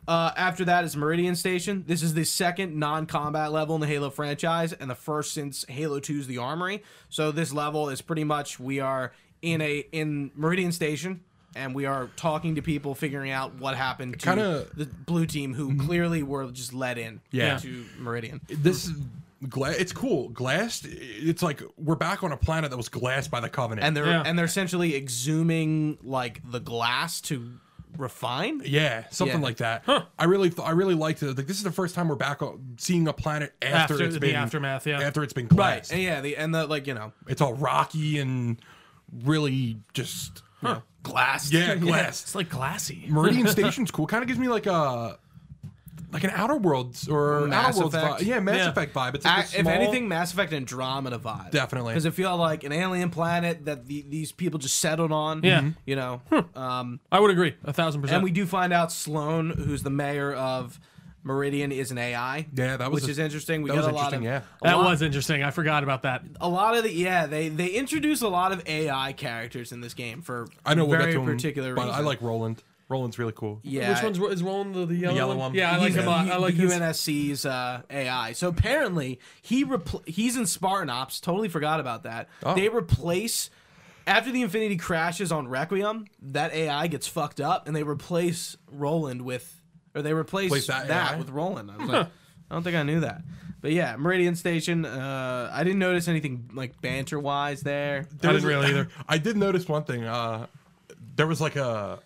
Speaker 1: Uh, after that is Meridian Station. This is the second non-combat level in the Halo franchise, and the first since Halo 2's The Armory. So this level is pretty much we are in a in Meridian Station, and we are talking to people, figuring out what happened to
Speaker 3: kinda- Mm-hmm.
Speaker 1: the blue team, who clearly were just let in
Speaker 3: Yeah.
Speaker 1: to Meridian.
Speaker 3: this. is Gla- it's cool. Glassed. It's like we're back on a planet that was glassed by the Covenant.
Speaker 1: and they're
Speaker 2: Yeah.
Speaker 1: and they're essentially exhuming like the glass to refine.
Speaker 3: Yeah, something
Speaker 1: Yeah.
Speaker 3: like that. I really, th- I really liked it. Like this is the first time we're back o- seeing a planet after,
Speaker 2: After
Speaker 3: it's
Speaker 2: the
Speaker 3: been
Speaker 2: aftermath, yeah.
Speaker 3: after it's been
Speaker 1: Right.
Speaker 3: glassed.
Speaker 1: And yeah. The and the like you know
Speaker 3: It's all rocky and really just you know,
Speaker 1: glass.
Speaker 3: yeah, glassed.
Speaker 2: It's like glassy.
Speaker 3: Meridian Station's cool. Kind of gives me like a like an Outer Worlds or
Speaker 1: Mass
Speaker 3: Outer Worlds
Speaker 1: Effect.
Speaker 3: vibe. Yeah, Mass
Speaker 2: Yeah.
Speaker 3: Effect vibe. It's like
Speaker 1: I,
Speaker 3: a
Speaker 1: if
Speaker 3: small-
Speaker 1: anything, Mass Effect Andromeda vibe.
Speaker 3: Definitely.
Speaker 1: Because it feel like an alien planet that the, these people just settled on.
Speaker 2: Yeah. Mhm.
Speaker 3: Hmm.
Speaker 1: You know. Um,
Speaker 2: I would agree, a thousand percent.
Speaker 1: and we do find out Sloan, who's the mayor of Meridian, is an AI.
Speaker 3: Yeah, that was
Speaker 1: which
Speaker 3: a-
Speaker 1: is interesting. We
Speaker 3: that
Speaker 1: get
Speaker 3: was
Speaker 1: a lot of
Speaker 3: interesting, yeah.
Speaker 1: a
Speaker 2: that
Speaker 1: lot-
Speaker 2: was interesting. I forgot about that.
Speaker 1: a lot of the yeah they they introduce a lot of AI characters in this game for
Speaker 3: I know we'll
Speaker 1: very
Speaker 3: get to 'em,
Speaker 1: particular
Speaker 3: but I
Speaker 1: reason.
Speaker 3: like Roland. Roland's really cool.
Speaker 1: yeah
Speaker 2: Which one's is rolling the, the yellow,
Speaker 3: yellow one?
Speaker 2: Yeah, I like
Speaker 1: He's
Speaker 2: him a
Speaker 1: the-
Speaker 2: lot. I like
Speaker 1: the
Speaker 2: his.
Speaker 1: UNSC's uh, AI. So apparently he repl- he's in Spartan Ops. Totally forgot about that.
Speaker 3: Oh.
Speaker 1: They replace after the Infinity crashes on Requiem. That AI gets fucked up, and they replace Roland with or they replace,
Speaker 3: Replace
Speaker 1: that,
Speaker 3: that AI?
Speaker 1: with Roland. I was like, I don't think I knew that. But yeah, Meridian Station. Uh, I didn't notice anything like banter wise there.
Speaker 3: There
Speaker 2: didn't
Speaker 3: was-
Speaker 2: really either.
Speaker 3: I did notice one thing. Uh, there was like a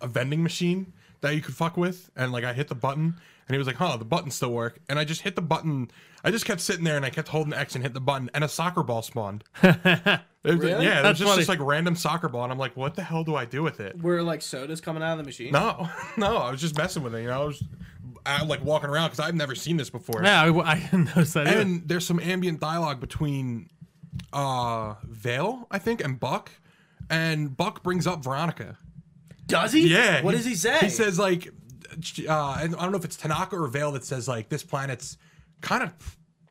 Speaker 3: a vending machine that you could fuck with, and like I hit the button, and he was like, "Huh, the buttons still work." And I just hit the button. I just kept sitting there, and I kept holding X and hit the button, and a soccer ball spawned. It was-
Speaker 1: Really?
Speaker 3: Yeah,
Speaker 2: That's
Speaker 3: there's just
Speaker 2: funny.
Speaker 3: this like random soccer ball, and I'm like, "What the hell do I do with it?"
Speaker 1: Were like sodas coming out of the machine?
Speaker 3: No, no, I was just messing with it. You know, I was I, like walking around because I've never seen this before.
Speaker 2: yeah, I, I didn't notice that. either.
Speaker 3: And there's some ambient dialogue between uh Vale, I think, and Buck. And Buck brings up Veronica.
Speaker 4: Does he?
Speaker 3: Yeah.
Speaker 4: What does he say?
Speaker 3: He says like, uh, and I don't know if it's Tanaka or Vale that says like this planet's kind of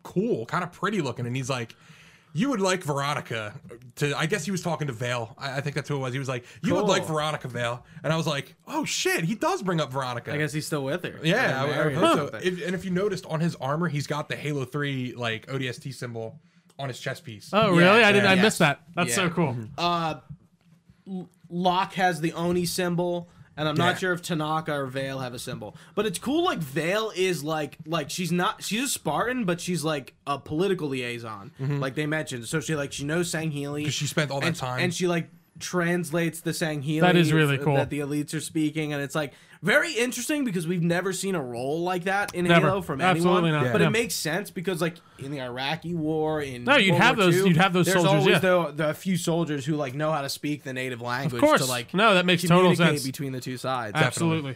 Speaker 3: cool, kind of pretty looking, and he's like. You would like Veronica to. I guess he was talking to Vale. I, I think that's who it was. He was like, "You would like
Speaker 4: Cool.
Speaker 3: Veronica Vale," and I was like, "Oh shit!" He does bring up Veronica.
Speaker 4: I guess he's still with her.
Speaker 3: Yeah, I,
Speaker 4: Like,
Speaker 3: I would
Speaker 4: married or
Speaker 3: hope so.
Speaker 4: something.
Speaker 3: If, and if you noticed on his armor, he's got the Halo Three like ODST symbol on his chest piece.
Speaker 2: Oh, really? I didn't. I
Speaker 1: yeah.
Speaker 2: missed that. That's so
Speaker 1: Yeah.
Speaker 2: cool.
Speaker 1: Locke has the Oni symbol, and I'm
Speaker 3: Yeah.
Speaker 1: not sure if Tanaka or Vale have a symbol. But it's cool. Like Vale is like like she's not she's a Spartan, but she's like a political liaison, like they mentioned. So she like she knows Sangheili
Speaker 3: 'Cause Mm-hmm. she spent all that
Speaker 1: and-
Speaker 3: time.
Speaker 1: and she like translates the Sangheili
Speaker 2: That is really
Speaker 1: f-
Speaker 2: cool.
Speaker 1: that the elites are speaking, and it's like very interesting because we've never seen a role like that in
Speaker 2: Never.
Speaker 1: Halo from
Speaker 2: Absolutely
Speaker 1: anyone.
Speaker 2: not.
Speaker 1: But
Speaker 2: Yeah.
Speaker 1: it makes sense because like in the Iraqi War, in
Speaker 2: No, you'd
Speaker 1: World
Speaker 2: have
Speaker 1: War
Speaker 2: those-
Speaker 1: II,
Speaker 2: you'd have those
Speaker 1: there's
Speaker 2: soldiers,
Speaker 1: Always
Speaker 2: yeah.
Speaker 1: the, the few soldiers who like know how to speak the native language.
Speaker 2: course.
Speaker 1: to like
Speaker 2: No, that makes total
Speaker 1: communicate
Speaker 2: sense.
Speaker 1: between the two sides.
Speaker 2: Absolutely.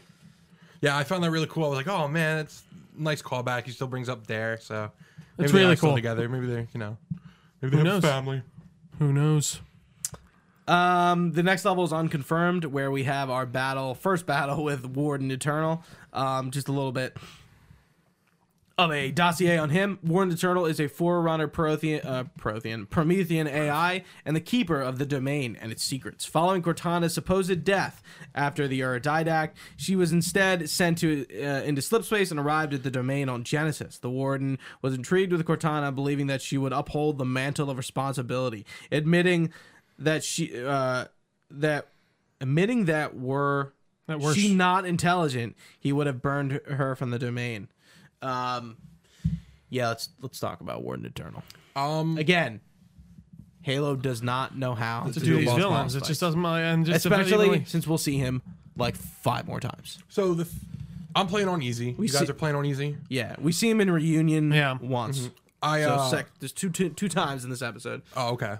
Speaker 3: yeah, I found that really cool. I was like, "Oh man, that's a nice callback." He still brings up there, so maybe
Speaker 2: It's
Speaker 3: they
Speaker 2: really
Speaker 3: are still
Speaker 2: cool.
Speaker 3: Together, maybe they're you know, maybe they have
Speaker 2: knows?
Speaker 3: a family.
Speaker 2: Who knows?
Speaker 1: Um, the next level is unconfirmed, where we have our battle, first battle with Warden Eternal. Um, just a little bit of a dossier on him. Warden Eternal is a forerunner Prothean, uh, Prothean, Promethean AI and the keeper of the domain and its secrets. Following Cortana's supposed death after the Eredidact, she was instead sent to uh, into slip space and arrived at the domain on Genesis. The Warden was intrigued with Cortana, believing that she would uphold the mantle of responsibility, admitting that she uh, that admitting that were
Speaker 2: That were
Speaker 1: she
Speaker 2: sh-
Speaker 1: not intelligent, he would have burned her from the domain. Um, yeah, let's let's talk about Warden Eternal
Speaker 3: Um,
Speaker 1: again. Halo does not know how to
Speaker 3: a
Speaker 1: do
Speaker 2: These
Speaker 3: Lost
Speaker 2: villains.
Speaker 3: Boss
Speaker 2: It
Speaker 3: fight.
Speaker 2: just doesn't. And just
Speaker 1: especially
Speaker 2: especially.
Speaker 1: since we'll see him like five more times.
Speaker 3: so the, th- I'm playing on easy. you guys
Speaker 1: see-
Speaker 3: are playing on easy.
Speaker 1: Yeah, we see him in reunion
Speaker 2: Yeah.
Speaker 1: once.
Speaker 3: I
Speaker 1: So
Speaker 3: uh,
Speaker 1: sec- there's two, two two times in this episode.
Speaker 3: Oh, okay.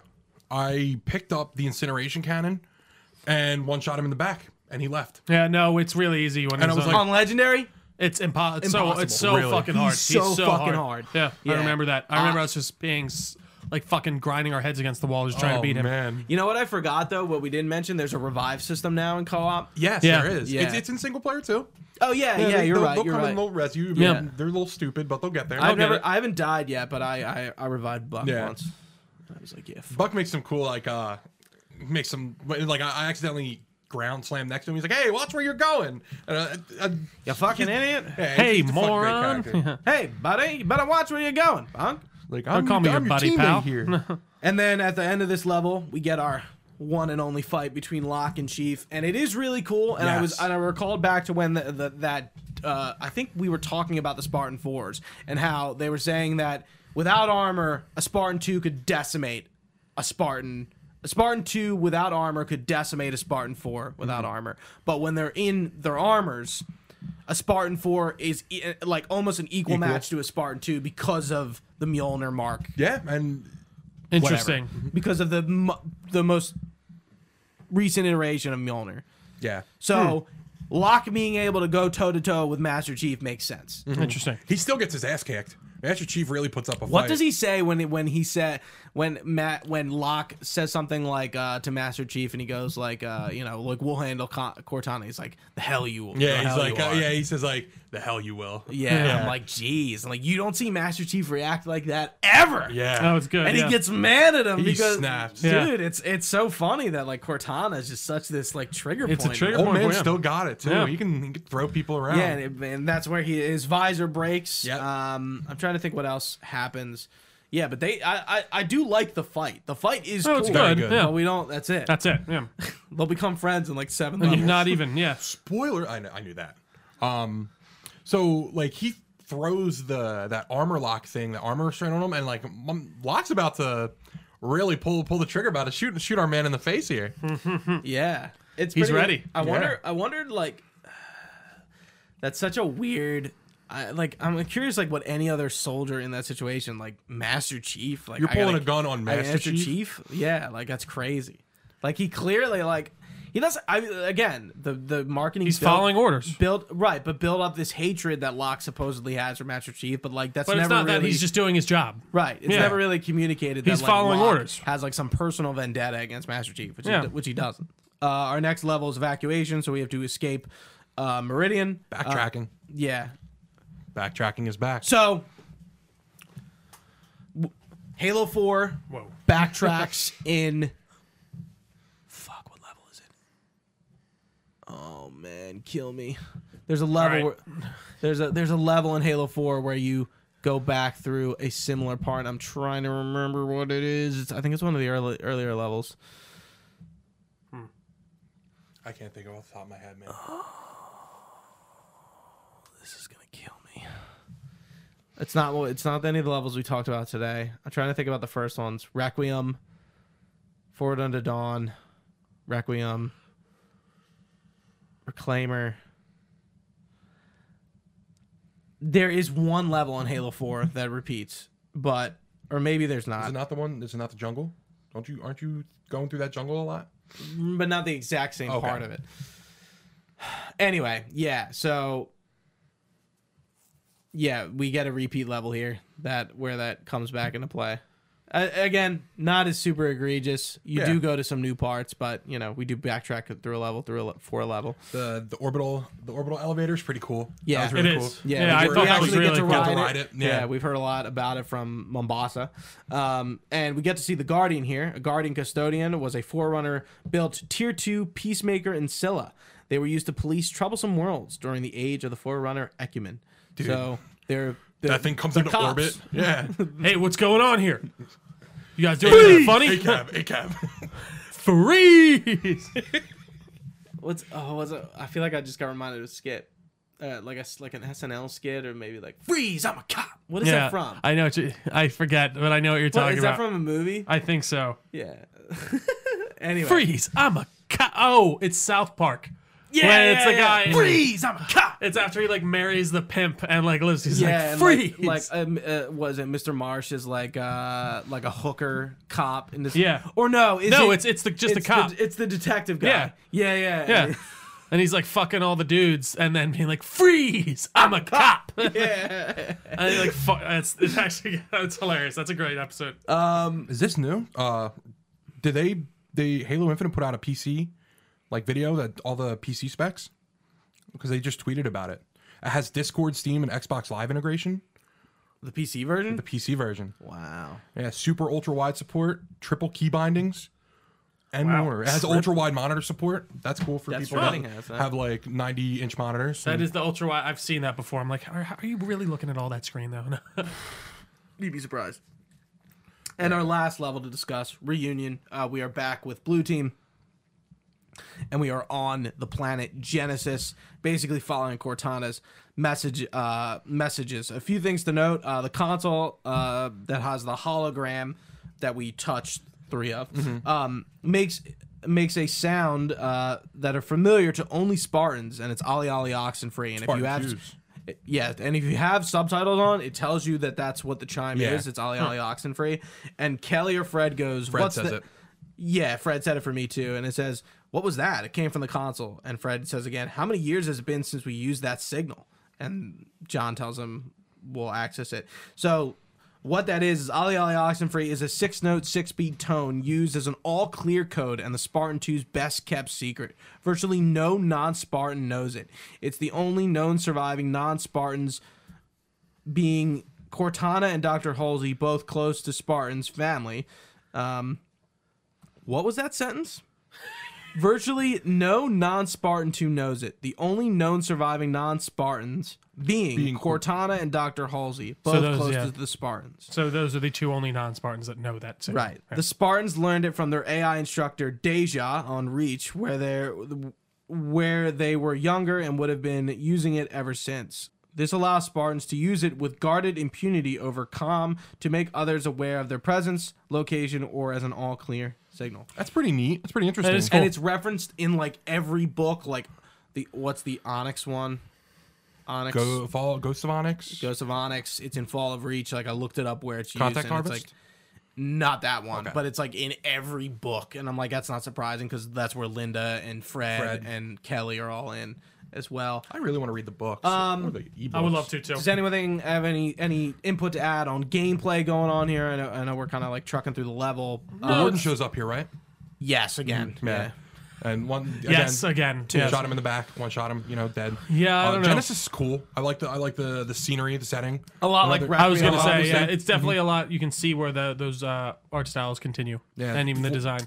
Speaker 3: I picked up the incineration cannon and one shot him in the back, and he left.
Speaker 2: Yeah, no, it's really easy when it's
Speaker 3: And I was
Speaker 2: on.
Speaker 3: like-
Speaker 1: On legendary,
Speaker 2: it's impo- it's So,
Speaker 1: Impossible,
Speaker 2: it's so
Speaker 3: really.
Speaker 2: fucking
Speaker 1: He's
Speaker 2: hard.
Speaker 1: so fucking hard.
Speaker 2: Yeah,
Speaker 1: Yeah. Uh,
Speaker 2: I remember that. I remember us just being s- like fucking grinding our heads against the wall, just trying
Speaker 3: Oh,
Speaker 2: to beat him.
Speaker 3: man.
Speaker 1: you know what I forgot though? What we didn't mention? There's a revive system now in co-op.
Speaker 3: Yes,
Speaker 2: Yeah.
Speaker 3: there is.
Speaker 1: Yeah.
Speaker 3: It's, it's in single player too.
Speaker 1: Oh yeah, yeah,
Speaker 3: they-
Speaker 1: you're
Speaker 3: they'll-
Speaker 1: right.
Speaker 3: They'll
Speaker 1: you're
Speaker 3: come
Speaker 1: right.
Speaker 3: and they'll rescue. you.
Speaker 2: Yeah.
Speaker 3: they're a little stupid, but they'll get there.
Speaker 1: I've
Speaker 2: get
Speaker 1: never,
Speaker 2: it.
Speaker 1: I haven't died yet, but I, I, I revived Buck
Speaker 3: Yeah.
Speaker 1: once. I was like, yeah, fuck.
Speaker 3: Buck makes some cool like uh makes some like I, I accidentally ground slammed next to him. He's like, "Hey, watch where you're going." And, uh, uh,
Speaker 1: you fucking idiot.
Speaker 3: yeah, he's
Speaker 2: Hey,
Speaker 3: just a fucking great
Speaker 2: moron.
Speaker 3: character.
Speaker 1: Hey, buddy, you better watch where you're going, punk.
Speaker 3: like, I'm,
Speaker 2: call me your
Speaker 3: I'm
Speaker 2: buddy,
Speaker 3: teammate
Speaker 2: pal.
Speaker 3: Here.
Speaker 1: And then at the end of this level, we get our one and only fight between Locke and Chief, and it is really cool. And I was,
Speaker 3: Yes.
Speaker 1: and I recalled back to when the, the that uh, I think we were talking about the Spartan fours and how they were saying that without armor, a Spartan two could decimate a Spartan. A Spartan two without armor could decimate a Spartan four without armor, but when they're in their armors, a Spartan four is e- like almost an equal,
Speaker 3: Equal.
Speaker 1: match to a Spartan two because of the Mjolnir mark
Speaker 3: yeah, and
Speaker 1: whatever.
Speaker 2: Interesting.
Speaker 1: because of the mo- the most recent iteration of Mjolnir.
Speaker 3: yeah,
Speaker 1: So
Speaker 3: Hmm.
Speaker 1: Locke being able to go toe to toe with Master Chief makes sense.
Speaker 3: Hmm.
Speaker 2: Interesting.
Speaker 3: he still gets his ass kicked. Master Chief really puts up a
Speaker 1: What
Speaker 3: fight.
Speaker 1: does he say when he- when he said when Matt when Locke says something like uh, to Master Chief and he goes like uh, you know like we'll handle Co- Cortana. He's like the hell you will.
Speaker 3: Yeah,
Speaker 1: the
Speaker 3: he's
Speaker 1: hell
Speaker 3: like,
Speaker 1: you
Speaker 3: uh,
Speaker 1: are."
Speaker 3: yeah, he says like, "The hell you will."
Speaker 1: Yeah, and I'm like, geez, I'm like you don't see Master Chief react like that ever.
Speaker 3: yeah.
Speaker 2: Oh, it's good.
Speaker 1: and
Speaker 2: yeah.
Speaker 1: he gets mad at him
Speaker 3: He
Speaker 1: because
Speaker 3: snaps.
Speaker 1: dude,
Speaker 2: Yeah.
Speaker 1: it's it's so funny that like Cortana is just such this like trigger
Speaker 2: It's a
Speaker 1: point.
Speaker 2: trigger
Speaker 3: Old
Speaker 2: point,
Speaker 3: man
Speaker 2: yeah.
Speaker 3: still got it too.
Speaker 2: Yeah.
Speaker 3: He, can, he can throw people around.
Speaker 1: Yeah, and, it, and that's where he his visor breaks.
Speaker 3: Yep.
Speaker 1: Um, I'm trying to think what else happens. Yeah, but they I I, I do like the fight. The fight is
Speaker 2: Oh,
Speaker 1: cool.
Speaker 2: it's
Speaker 3: Very
Speaker 2: good.
Speaker 3: good.
Speaker 2: Yeah.
Speaker 1: But we don't. That's it.
Speaker 2: That's it. Yeah.
Speaker 1: They'll become friends in like seven
Speaker 2: And
Speaker 1: levels.
Speaker 2: you're not even. Yeah.
Speaker 3: spoiler I, kn- I knew that um so like he throws the that armor lock thing the armor restraint on him and like M- lock's about to really pull pull the trigger about to shoot shoot our man in the face here
Speaker 1: Hmm. Uh. yeah, it's
Speaker 2: He's
Speaker 1: pretty-
Speaker 2: ready.
Speaker 1: I wonder. I wondered like. That's such a weird. I, like I'm curious, like what any other soldier in that situation, like Master Chief, like
Speaker 3: you're
Speaker 1: I
Speaker 3: pulling
Speaker 1: gotta-
Speaker 3: a gun on
Speaker 1: I mean,
Speaker 3: master,
Speaker 1: Master
Speaker 3: chief,
Speaker 1: Chief? Yeah, like that's crazy. Like he clearly like he doesn't. I again the the marketing.
Speaker 2: He's
Speaker 1: built-
Speaker 2: following orders.
Speaker 1: Build right, but build up this hatred that Locke supposedly has for Master Chief, but like that's
Speaker 2: But
Speaker 1: never
Speaker 2: it's not
Speaker 1: really
Speaker 2: that he's just doing his job.
Speaker 1: right. It's
Speaker 2: Yeah.
Speaker 1: never really communicated.
Speaker 2: He's
Speaker 1: that, like,
Speaker 2: following
Speaker 1: Locke
Speaker 2: orders.
Speaker 1: Has like some personal vendetta against Master Chief, which
Speaker 2: Yeah.
Speaker 1: he, which he doesn't. Uh, our next level is evacuation, so we have to escape uh, Meridian. Uh,
Speaker 3: Backtracking.
Speaker 1: yeah.
Speaker 3: Backtracking is back.
Speaker 1: So, w- Halo Four
Speaker 2: Whoa.
Speaker 1: backtracks in. Fuck, what level is it? Oh man, kill me. There's a level.
Speaker 2: All right.
Speaker 1: Where, there's a there's a level in Halo Four where you go back through a similar part. I'm trying to remember what it is. It's, I think it's one of the early, earlier levels.
Speaker 3: I can't think of off the top of my head, man.
Speaker 1: This is gonna kill me. It's not. what- It's not any of the levels we talked about today. I'm trying to think about the first ones. Requiem, Forward Unto Dawn, Requiem, Reclaimer. There is one level in Halo Four that repeats, but or maybe there's
Speaker 3: Is it
Speaker 1: not,
Speaker 3: not the one? Is it not the jungle? Don't you? Aren't you going through that jungle a lot?
Speaker 1: but not the exact same
Speaker 3: Okay.
Speaker 1: part of it. Anyway, yeah. So yeah, we get a repeat level here that where that comes back into play. Uh, again, not as super egregious. You
Speaker 3: Yeah.
Speaker 1: do go to some new parts, but you know we do backtrack through a level through a le- for a level.
Speaker 3: The the orbital the orbital elevator is pretty cool.
Speaker 1: Yeah.
Speaker 3: that was
Speaker 2: It
Speaker 3: really
Speaker 2: is.
Speaker 3: cool.
Speaker 1: Yeah,
Speaker 2: Yeah, I
Speaker 1: we
Speaker 2: thought
Speaker 1: we
Speaker 2: that was
Speaker 1: actually
Speaker 2: really
Speaker 1: get
Speaker 2: cool.
Speaker 1: to
Speaker 3: Got
Speaker 1: ride,
Speaker 3: to
Speaker 1: it.
Speaker 3: ride it,
Speaker 1: Yeah.
Speaker 3: yeah.
Speaker 1: we've heard a lot about it from Mombasa, um, and we get to see the Guardian here. A Guardian custodian was a forerunner built tier two peacemaker in Scylla. They were used to police troublesome worlds during the age of the forerunner Ecumen. So they're, they're
Speaker 3: That thing comes
Speaker 1: they're
Speaker 3: into
Speaker 1: cops.
Speaker 3: orbit. Yeah.
Speaker 2: Hey, what's going on here? You guys doing something funny?
Speaker 3: ACAB, ACAB.
Speaker 2: Freeze!
Speaker 1: What's oh what's it? I feel like I just got reminded of a skit, uh, like a s- like an SNL skit or maybe like freeze. I'm a cop. What is that from?
Speaker 2: I know. What you, I forget, but I know what you're
Speaker 1: What,
Speaker 2: talking
Speaker 1: is
Speaker 2: about.
Speaker 1: that from a movie?
Speaker 2: I think so.
Speaker 1: yeah. anyway,
Speaker 2: Freeze! I'm a cop. Oh, it's South Park.
Speaker 1: Yeah,
Speaker 2: When
Speaker 1: yeah,
Speaker 2: it's "Ah, the
Speaker 1: yeah.
Speaker 2: guy.
Speaker 1: Freeze! I'm a cop.
Speaker 2: It's after he like marries the pimp and like lives. He's
Speaker 1: yeah,
Speaker 2: like
Speaker 1: and,
Speaker 2: freeze.
Speaker 1: Like, like um, uh, was it Mr. Marsh is like uh like a hooker cop in this?
Speaker 2: Yeah.
Speaker 1: Or no? Is
Speaker 2: no,
Speaker 1: it-
Speaker 2: it's it's the just the cop.
Speaker 1: it's the detective guy.
Speaker 2: Yeah.
Speaker 1: Yeah. Yeah.
Speaker 2: yeah. And he's like fucking all the dudes, and then being like, "Freeze! I'm a cop."
Speaker 1: Yeah.
Speaker 2: and he, like, fuck, it's, it's actually it's hilarious. That's a great episode.
Speaker 1: Um.
Speaker 3: Is this new? Uh, did they they Halo Infinite put out a PC like video that all the PC specs? Because they just tweeted about it. It has Discord, Steam, and Xbox Live integration.
Speaker 1: The PC version.
Speaker 3: The PC version.
Speaker 1: Wow.
Speaker 3: Yeah, super ultra wide support, triple key bindings, and
Speaker 2: Wow.
Speaker 3: more. It has ultra wide monitor support. That's cool for
Speaker 1: That's
Speaker 3: people
Speaker 1: right.
Speaker 3: that
Speaker 1: Has that.
Speaker 3: have like 90 inch monitors.
Speaker 1: Um,
Speaker 2: that is the ultra wide. I've seen that before. I'm like, are, are you really looking at all that screen though?
Speaker 1: You'd be surprised. And our last level to discuss reunion. Uh, we are back with Blue Team, and we are on the planet Genesis, basically following Cortana's message uh, messages. A few things to note: uh, the console uh, that has the hologram that we touched three of um, makes makes a sound uh, that are familiar to only Spartans, and it's Ollie Ollie Oxenfree. And if you
Speaker 3: Spartan
Speaker 1: have
Speaker 3: Jews.
Speaker 1: yeah, and if you have subtitles on, it tells you that that's what the chime
Speaker 3: Yeah.
Speaker 1: is. It's Ali Ali Oxenfree, and Kelly or Fred goes.
Speaker 3: Fred
Speaker 1: What's
Speaker 3: says
Speaker 1: the-"
Speaker 3: it.
Speaker 1: Yeah, Fred said it for me too, and it says, "What was that?" It came from the console, and Fred says again, "How many years has it been since we used that signal?" And John tells him, "We'll access it." So. What that is is Ali Ali Oxenfree is a six-note, six-beat tone used as an all-clear code and the Spartan 2's best-kept secret. Virtually no non-Spartan knows it. It's the only known surviving non-Spartans being Cortana and Dr. Halsey, both close to Spartan's family. Um, what was that sentence? Virtually no non Spartan 2 knows it. The only known surviving non Spartans being,
Speaker 3: Being Cor-
Speaker 1: Cortana and Dr. Halsey, both
Speaker 2: those,
Speaker 1: close
Speaker 2: yeah.
Speaker 1: to the Spartans.
Speaker 2: so those are the two only non-Spartans that know that. Too.
Speaker 1: Right. The Spartans learned it from their AI instructor Deja on Reach, where they where they were younger and would have been using it ever since. This allows Spartans to use it with guarded impunity over calm to make others aware of their presence, location, or as an all clear signal.
Speaker 3: That's pretty neat. That's pretty interesting.
Speaker 2: is
Speaker 1: And
Speaker 2: Cool.
Speaker 1: it's referenced in like every book, like the what's the Onyx one? Onyx
Speaker 3: Go follow Ghost of Onyx.
Speaker 1: Ghost of Onyx. It's in Fall of Reach. Like I looked it up where it's
Speaker 3: Contact
Speaker 1: used. and It's
Speaker 3: Harvest?
Speaker 1: like, not that one,
Speaker 3: Okay.
Speaker 1: but it's like in every book, and I'm like, that's not surprising because that's where Linda and Fred,
Speaker 3: Fred.
Speaker 1: and Kelly are all in as well.
Speaker 3: I really want to read the books.
Speaker 1: Um,
Speaker 3: or the ebooks.
Speaker 2: I would love to too.
Speaker 1: Does anyone have any any input to add on gameplay going on here? I know, I know we're kind of like trucking through the level.
Speaker 3: The
Speaker 1: Uh,
Speaker 3: warden shows up here, right?
Speaker 1: yes, again, yeah.
Speaker 3: Yeah. And one again,
Speaker 2: Yes, again.
Speaker 3: two
Speaker 2: yes.
Speaker 3: shot him in the back, one shot him, you know, dead.
Speaker 2: Yeah, I
Speaker 3: Uh,
Speaker 2: don't know.
Speaker 3: Genesis is cool. I like the I like the the scenery, the setting.
Speaker 1: Oh,
Speaker 2: a lot like
Speaker 3: Another-
Speaker 2: I was gonna
Speaker 3: Yeah,
Speaker 2: say,
Speaker 3: obviously.
Speaker 2: yeah, it's
Speaker 1: Mm-hmm.
Speaker 2: definitely a lot. You can see where the those uh, art styles continue,
Speaker 3: Yeah.
Speaker 2: and even the design.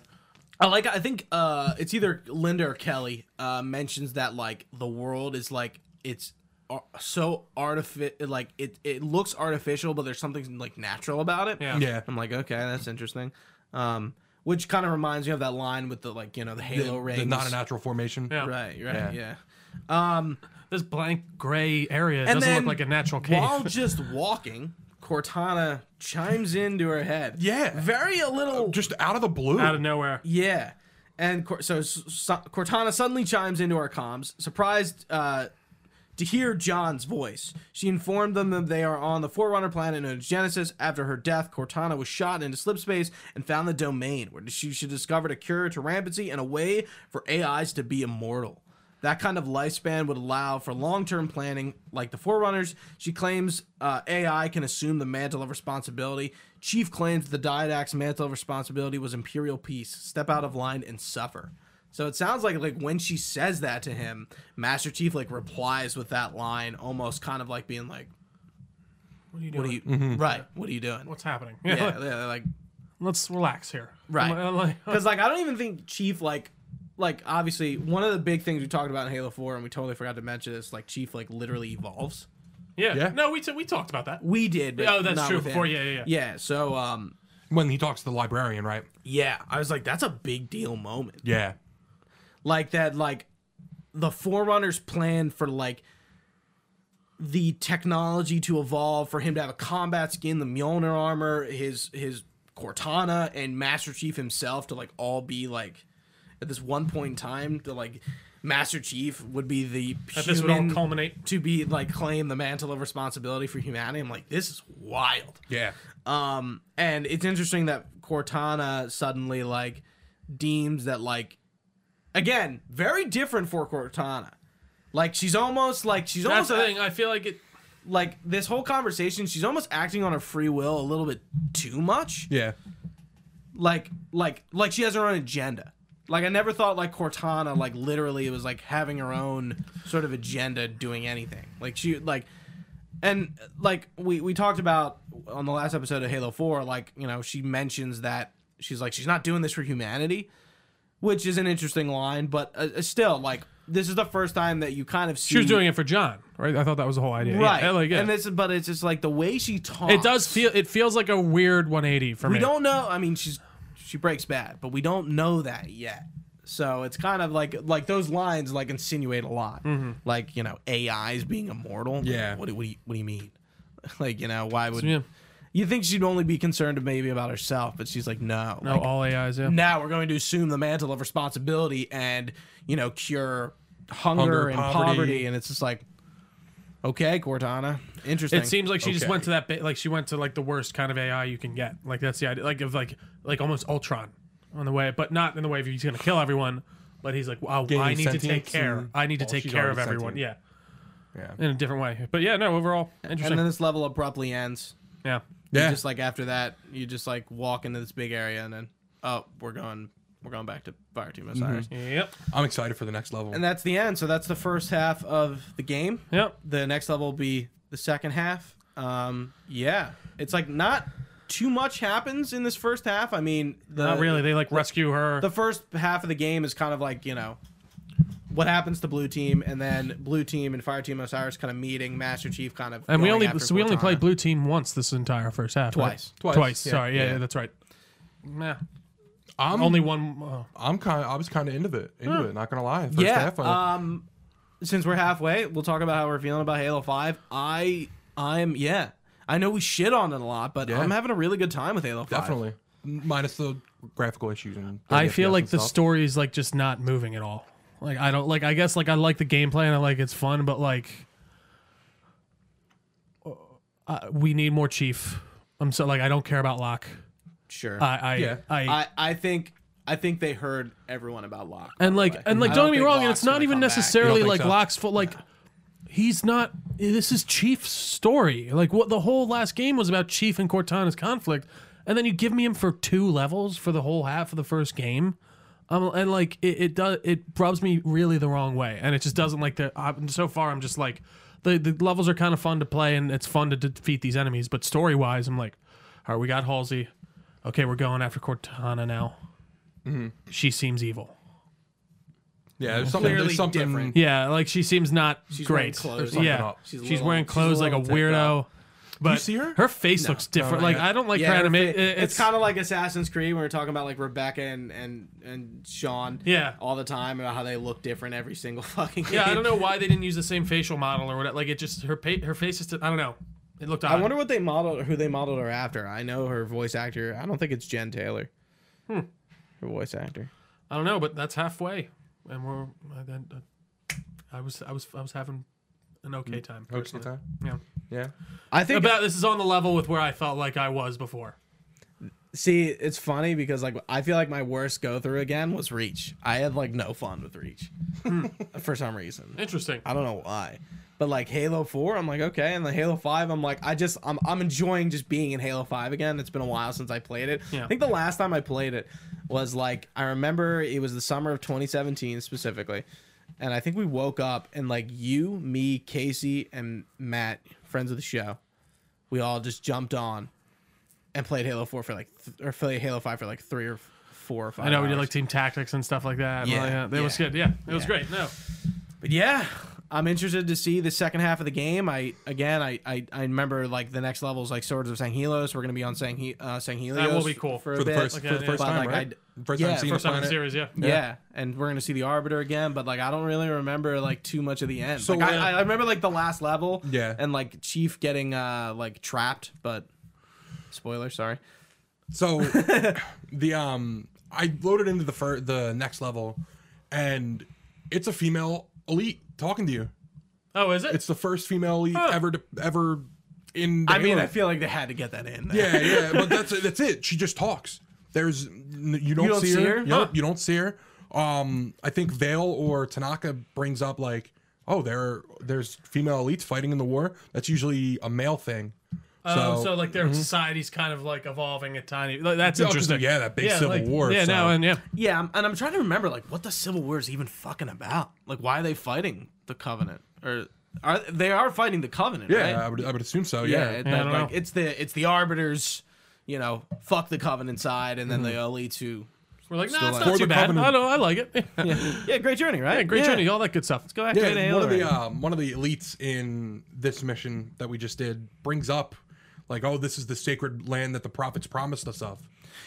Speaker 1: I like. I think uh, it's either Linda or Kelly uh, mentions that like the world is like it's ar- so artificial. Like it, it looks artificial, but there's something like natural about it.
Speaker 2: Yeah.
Speaker 3: Yeah.
Speaker 1: I'm like, okay, that's interesting. Um, which kind of reminds me of that line with the like you know the
Speaker 3: The,
Speaker 1: halo rings.
Speaker 3: the not a natural formation.
Speaker 2: Yeah.
Speaker 1: Right. Right. Yeah.
Speaker 3: Yeah.
Speaker 1: Um,
Speaker 2: This blank gray area doesn't
Speaker 1: then
Speaker 2: look like a natural cave.
Speaker 1: while just walking, Cortana chimes into her head.
Speaker 3: Yeah.
Speaker 1: Very a little.
Speaker 3: Just out of the blue.
Speaker 2: out of nowhere.
Speaker 1: Yeah. And Cor- so, so Cortana suddenly chimes into our comms, surprised uh, to hear John's voice. She informed them that they are on the Forerunner planet known as Genesis. After her death, Cortana was shot into slip space and found the domain where she, she discovered a cure to rampancy and a way for AIs to be immortal. That kind of lifespan would allow for long term planning like the Forerunners. She claims uh, AI can assume the mantle of responsibility. Chief claims the Didact's mantle of responsibility was imperial peace. Step out of line and suffer. So it sounds like like when she says that to him, Master Chief like replies with that line, almost kind of like being like,
Speaker 2: What are you doing?
Speaker 1: "What are you right? What are you doing?"
Speaker 2: What's happening?
Speaker 1: Yeah, yeah, like
Speaker 2: let's relax here.
Speaker 1: Right.
Speaker 2: I'm like- I'm like-
Speaker 1: Because like I don't even think Chief like like obviously one of the big things we talked about in Halo Four and we totally forgot to mention is like Chief like literally evolves.
Speaker 2: yeah.
Speaker 3: Yeah.
Speaker 2: No, we, t- we talked about that.
Speaker 1: We did. But
Speaker 2: Oh, that's
Speaker 1: not
Speaker 2: true.
Speaker 1: with him.
Speaker 2: Before, yeah, yeah, yeah.
Speaker 1: Yeah. So um
Speaker 3: when he talks to the librarian, right?
Speaker 1: yeah, I was like that's a big deal moment.
Speaker 3: Yeah.
Speaker 1: Like that like the Forerunner's plan for like the technology to evolve for him to have a combat skin, the Mjolnir armor, his his Cortana and Master Chief himself to like all be like at this one point in time to like Master Chief would be the
Speaker 2: That this would all
Speaker 1: human
Speaker 2: culminate.
Speaker 1: to be like claim the mantle of responsibility for humanity. I'm like, this is wild.
Speaker 3: Yeah.
Speaker 1: Um, and it's interesting that Cortana suddenly like deems that like again very different for Cortana. Like she's almost like she's almost
Speaker 2: That's the thing. I feel like it.
Speaker 1: like this whole conversation. She's almost acting on her free will a little bit too much.
Speaker 3: Yeah.
Speaker 1: Like like like she has her own agenda. Like I never thought like Cortana like literally was like having her own sort of agenda doing anything. Like she like and like we we talked about on the last episode of Halo 4 like you know she mentions that she's like she's not doing this for humanity which is an interesting line but uh, uh, still like this is the first time that you kind of see
Speaker 2: She was doing it for John, right? I thought that was the whole idea. Yeah,
Speaker 1: right
Speaker 2: I like, yeah.
Speaker 1: and this but it's just like the way she talks
Speaker 2: it does feel. It feels like a weird 180 for
Speaker 1: we
Speaker 2: me.
Speaker 1: don't know I mean she's she breaks bad but we don't know that yet so it's kind of like like those lines like insinuate a lot
Speaker 2: Mm-hmm.
Speaker 1: like you know AIs being immortal
Speaker 3: Yeah.
Speaker 1: what do, what do you what do you mean like you know why would
Speaker 2: Yeah.
Speaker 1: You think she'd only be concerned maybe about herself, but she's like, no.
Speaker 2: No,
Speaker 1: Like,
Speaker 2: all AIs. Yeah.
Speaker 1: now we're going to assume the mantle of responsibility and, you know, cure hunger,
Speaker 3: Hunger,
Speaker 1: and poverty.
Speaker 3: poverty.
Speaker 1: And it's just like, okay, Cortana, interesting.
Speaker 2: It seems like she just
Speaker 3: Okay.
Speaker 2: went to that bit, like she went to like the worst kind of AI you can get. Like that's the idea, like of like like almost Ultron on the way, but not in the way of he's gonna kill everyone. But he's like, wow, I
Speaker 3: Gaining
Speaker 2: need to take
Speaker 3: sentience
Speaker 2: care.
Speaker 3: and-
Speaker 2: I need to
Speaker 3: well,
Speaker 2: take
Speaker 3: she's
Speaker 2: care of
Speaker 3: already
Speaker 2: everyone.
Speaker 3: sentient.
Speaker 2: Yeah,
Speaker 3: Yeah.
Speaker 2: in a different way. But yeah, no, overall
Speaker 1: and
Speaker 2: interesting.
Speaker 1: then this level abruptly ends.
Speaker 2: yeah,
Speaker 1: You
Speaker 3: Yeah.
Speaker 1: Just like after that, you just like walk into this big area and then, oh, we're going, we're going back to Fire Team Osiris.
Speaker 2: yep,
Speaker 3: I'm excited for the next level.
Speaker 1: And that's the end. So that's the first half of the game.
Speaker 2: yep.
Speaker 1: the next level will be the second half. Um, yeah, it's like not too much happens in this first half. I mean, the,
Speaker 2: Not really. They like rescue her.
Speaker 1: The first half of the game is kind of like you know what happens to blue team, and then blue team and fire team Osiris kind of meeting. Master Chief kind of
Speaker 2: and we
Speaker 1: going
Speaker 2: only
Speaker 1: after
Speaker 2: so we only
Speaker 1: Cortana.
Speaker 2: played blue team once this entire first half. right?
Speaker 1: Twice.
Speaker 3: Twice,
Speaker 2: Twice.
Speaker 3: yeah.
Speaker 2: Sorry. Yeah, yeah.
Speaker 1: Yeah.
Speaker 2: that's right. Nah.
Speaker 3: I'm
Speaker 2: Only one. oh.
Speaker 3: I'm kind of I was kind of into it. Into it. Not gonna lie. First
Speaker 1: Yeah.
Speaker 3: half, I-
Speaker 1: Um, since we're halfway, we'll talk about how we're feeling about Halo Five. I I'm yeah. I know we shit on it a lot, but
Speaker 3: Yeah.
Speaker 1: I'm having a really good time with Halo Five.
Speaker 3: definitely. Minus the graphical issues and.
Speaker 2: I
Speaker 3: FPS
Speaker 2: feel like
Speaker 3: and
Speaker 2: the
Speaker 3: stuff.
Speaker 2: story is like just not moving at all. Like I don't like. I guess like I like the gameplay and I like it's fun, but like uh, we need more Chief. I'm so like I don't care about Locke.
Speaker 1: Sure.
Speaker 2: I I,
Speaker 3: Yeah.
Speaker 2: I,
Speaker 1: I, I think I think they heard everyone about Locke.
Speaker 2: and like and like
Speaker 1: I
Speaker 2: don't,
Speaker 1: don't
Speaker 2: get me
Speaker 1: think
Speaker 2: wrong. And
Speaker 1: Locke's
Speaker 2: it's not
Speaker 1: gonna
Speaker 2: even
Speaker 1: come back.
Speaker 2: necessarily
Speaker 3: You don't
Speaker 2: like
Speaker 3: think so?
Speaker 2: Locke's fault. Like he's not. This is Chief's story. Like what the whole last game was about Chief and Cortana's conflict, and then you give me him for two levels for the whole half of the first game. Um, and like it, it does, it rubs me really the wrong way, and it just doesn't like the. I'm, so far, I'm just like, the the levels are kind of fun to play, and it's fun to defeat these enemies. But story wise, I'm like, all right, we got Halsey. Okay, we're going after Cortana now.
Speaker 1: Mm-hmm.
Speaker 2: She seems evil.
Speaker 3: Yeah, there's something,
Speaker 1: Clearly
Speaker 3: there's something
Speaker 1: different.
Speaker 2: Yeah, like she seems not
Speaker 1: wearing
Speaker 2: great.
Speaker 1: clothes.
Speaker 3: There's
Speaker 2: Yeah,
Speaker 3: something up.
Speaker 2: she's,
Speaker 1: She's a little-
Speaker 2: wearing
Speaker 1: she's a
Speaker 2: clothes like a
Speaker 1: little tipped
Speaker 2: weirdo. But
Speaker 3: see her?
Speaker 2: face looks different.
Speaker 3: no,
Speaker 2: like
Speaker 3: yeah.
Speaker 2: I don't like
Speaker 1: Yeah,
Speaker 2: her anima-
Speaker 1: it-
Speaker 2: it- It's,
Speaker 1: it's kind of like Assassin's Creed when we're talking about like Rebecca and and and Sean,
Speaker 2: Yeah.
Speaker 1: all the time about how they look different every single fucking. Game.
Speaker 2: yeah. I don't know why they didn't use the same facial model or whatever. Like it just her pa- her face is. I don't know. It looked odd.
Speaker 1: I wonder what they modeled, who they modeled her after. I know her voice actor. I don't think it's Jen Taylor. Her voice actor.
Speaker 2: I don't know, but that's halfway, and we're. I, I, I was I was I was having an okay time.
Speaker 3: Okay,
Speaker 2: personally.
Speaker 3: time.
Speaker 2: Yeah.
Speaker 3: Yeah.
Speaker 1: I think
Speaker 2: About this is on the level with where I felt like I was before.
Speaker 1: See, it's funny because like I feel like my worst go through again was Reach. I had like no fun with Reach for some reason.
Speaker 2: Interesting.
Speaker 1: I don't know why. But like Halo 4, I'm like okay, and the Halo 5, I'm like I just I'm I'm enjoying just being in Halo 5 again. It's been a while since I played it.
Speaker 2: Yeah.
Speaker 1: I think the last time I played it was like I remember it was the summer of 2017 specifically. And I think we woke up and like you, me, Casey and Matt, friends of the show, we all just jumped on and played Halo 4 for like th- or played Halo 5 for like 3 or f- 4 or 5.
Speaker 2: I know we did
Speaker 1: hours.
Speaker 2: like team tactics and stuff like that.
Speaker 1: Yeah,
Speaker 2: Yeah, yeah. that was
Speaker 1: yeah.
Speaker 2: good. Yeah, it was great. No,
Speaker 1: But yeah, I'm interested to see the second half of the game. I again, I I, I remember like the next levels like Swords of Sanghelios. We're gonna be on Sanghelios. Uh, Sanghelios
Speaker 2: that will be cool.
Speaker 1: for
Speaker 3: For the
Speaker 1: bit,
Speaker 3: first,
Speaker 1: like,
Speaker 3: for the
Speaker 2: yeah,
Speaker 3: first
Speaker 1: but,
Speaker 3: time,
Speaker 1: like,
Speaker 3: right?
Speaker 1: I-
Speaker 3: First
Speaker 1: yeah,
Speaker 3: time seeing
Speaker 2: First
Speaker 3: the
Speaker 2: time in the
Speaker 3: planet.
Speaker 2: series. Yeah.
Speaker 1: yeah. and we're gonna see the Arbiter again. But like, I don't really remember like too much of the end.
Speaker 3: So,
Speaker 1: like, I-
Speaker 3: uh,
Speaker 1: I, I remember like the last level.
Speaker 3: Yeah.
Speaker 1: and like Chief getting uh like trapped, but spoiler, sorry.
Speaker 3: So the um I loaded into the fir- the next level and it's a female elite talking to you.
Speaker 2: Oh, is it?
Speaker 3: It's the first female elite
Speaker 2: Huh.
Speaker 3: ever to, ever in the
Speaker 1: I mean,
Speaker 3: Halo.
Speaker 1: I feel like they had to get that in. There.
Speaker 3: Yeah, yeah, but that's that's it. She just talks. There's n- you don't,
Speaker 1: don't
Speaker 3: see,
Speaker 1: see
Speaker 3: her.
Speaker 1: her?
Speaker 3: Nope,
Speaker 2: Huh.
Speaker 3: you don't see her. Um I think Vale or Tanaka brings up like, "Oh, there there's female elites fighting in the war. That's usually a male thing."
Speaker 1: Um,
Speaker 2: oh, so, like their society's kind of like evolving a tiny. like, that's
Speaker 3: mm-hmm. Yeah, 'cause,
Speaker 2: interesting.
Speaker 3: yeah, that big civil
Speaker 2: like-
Speaker 3: war,
Speaker 2: Yeah, no,
Speaker 3: so-
Speaker 2: and yeah,
Speaker 1: Yeah, I'm- and I'm trying to remember like what the Civil War is even fucking about. Like, why are they fighting the Covenant? Or are they are fighting the Covenant?
Speaker 3: yeah, I
Speaker 1: right?
Speaker 3: would I would assume so.
Speaker 1: yeah.
Speaker 3: Yeah.
Speaker 1: it-
Speaker 2: Yeah, I
Speaker 1: like-
Speaker 2: don't
Speaker 1: like,
Speaker 2: know.
Speaker 1: it's the it's the Arbiters. You know, fuck the Covenant side, and then the Elite who.
Speaker 2: we're like, no,
Speaker 1: Still
Speaker 2: it's
Speaker 1: like-
Speaker 2: not
Speaker 3: For
Speaker 2: too
Speaker 3: the
Speaker 2: bad.
Speaker 3: Covenant.
Speaker 2: I don't. I like it. Yeah,
Speaker 1: Yeah, great journey, right?
Speaker 2: great journey, all that good stuff. Let's go.
Speaker 1: Go activate
Speaker 3: Yeah,
Speaker 1: Halo
Speaker 3: one of
Speaker 1: already.
Speaker 3: the um, one of the elites in this mission that we just did brings up like, oh, this is the sacred land that the prophets promised us of.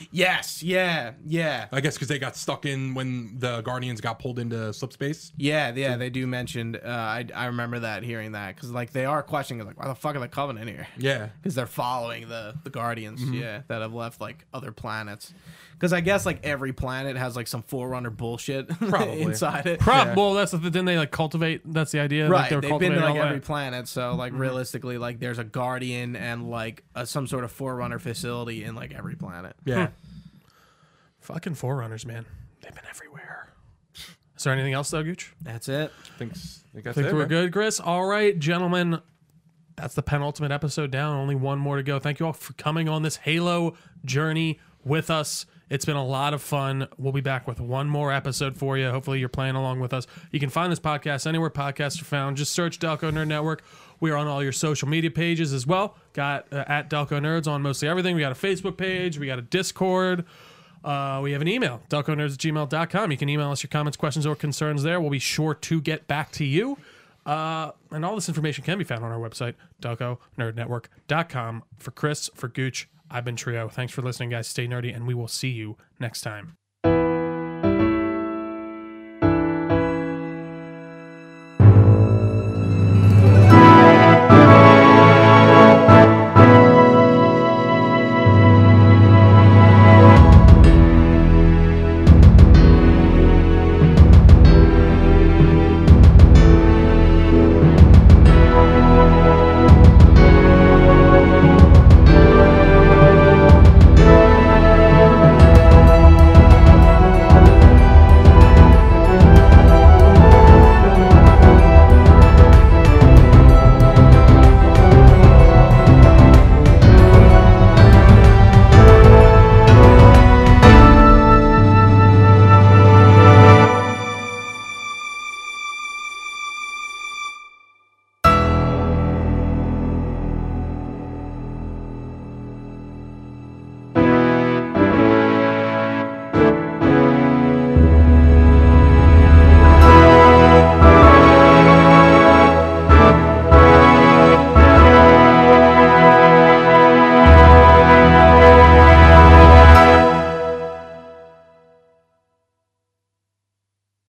Speaker 1: yes, yeah, yeah,
Speaker 3: I guess because they got stuck in when the Guardians got pulled into slip space.
Speaker 1: yeah, yeah. They do mention. Uh, I I remember that hearing that because like they are questioning like why the fuck are the Covenant here?
Speaker 3: Yeah,
Speaker 1: because they're following the the guardians
Speaker 2: Mm-hmm.
Speaker 1: yeah that have left like other planets because i guess like every planet has like some forerunner bullshit
Speaker 3: Probably.
Speaker 1: inside it
Speaker 2: Prop bowl. That's the didn't they like cultivate? That's the idea.
Speaker 1: right
Speaker 2: Like they were
Speaker 1: they've been to
Speaker 2: cultivating
Speaker 1: like
Speaker 2: all
Speaker 1: every
Speaker 2: that. Mm-hmm.
Speaker 1: planet so like realistically like there's a guardian and like a, some sort of forerunner facility in like every planet
Speaker 3: yeah.
Speaker 2: Fucking forerunners, man. They've been everywhere. Is there anything else though, Gooch?
Speaker 1: that's it
Speaker 3: Thanks. I think that's
Speaker 2: Think
Speaker 3: it,
Speaker 2: we're
Speaker 3: man.
Speaker 2: good, Chris? All right, gentlemen. That's the penultimate episode down. Only one more to go. Thank you all for coming on this Halo journey with us. It's been a lot of fun. We'll be back with one more episode for you. Hopefully, you're playing along with us. You can find this podcast anywhere podcasts are found. Just search Delco Nerd Network. We are on all your social media pages as well. Got uh, at Delco Nerds on mostly everything. We got a Facebook page, we got a Discord. Uh, we have an email, delconerds You can email us your comments, questions, or concerns there. We'll be sure to get back to you. Uh, and all this information can be found on our website, delconerdnetwork.com. For Chris, for Gooch, I've been Trio. Thanks for listening, guys. Stay nerdy, and we will see you next time.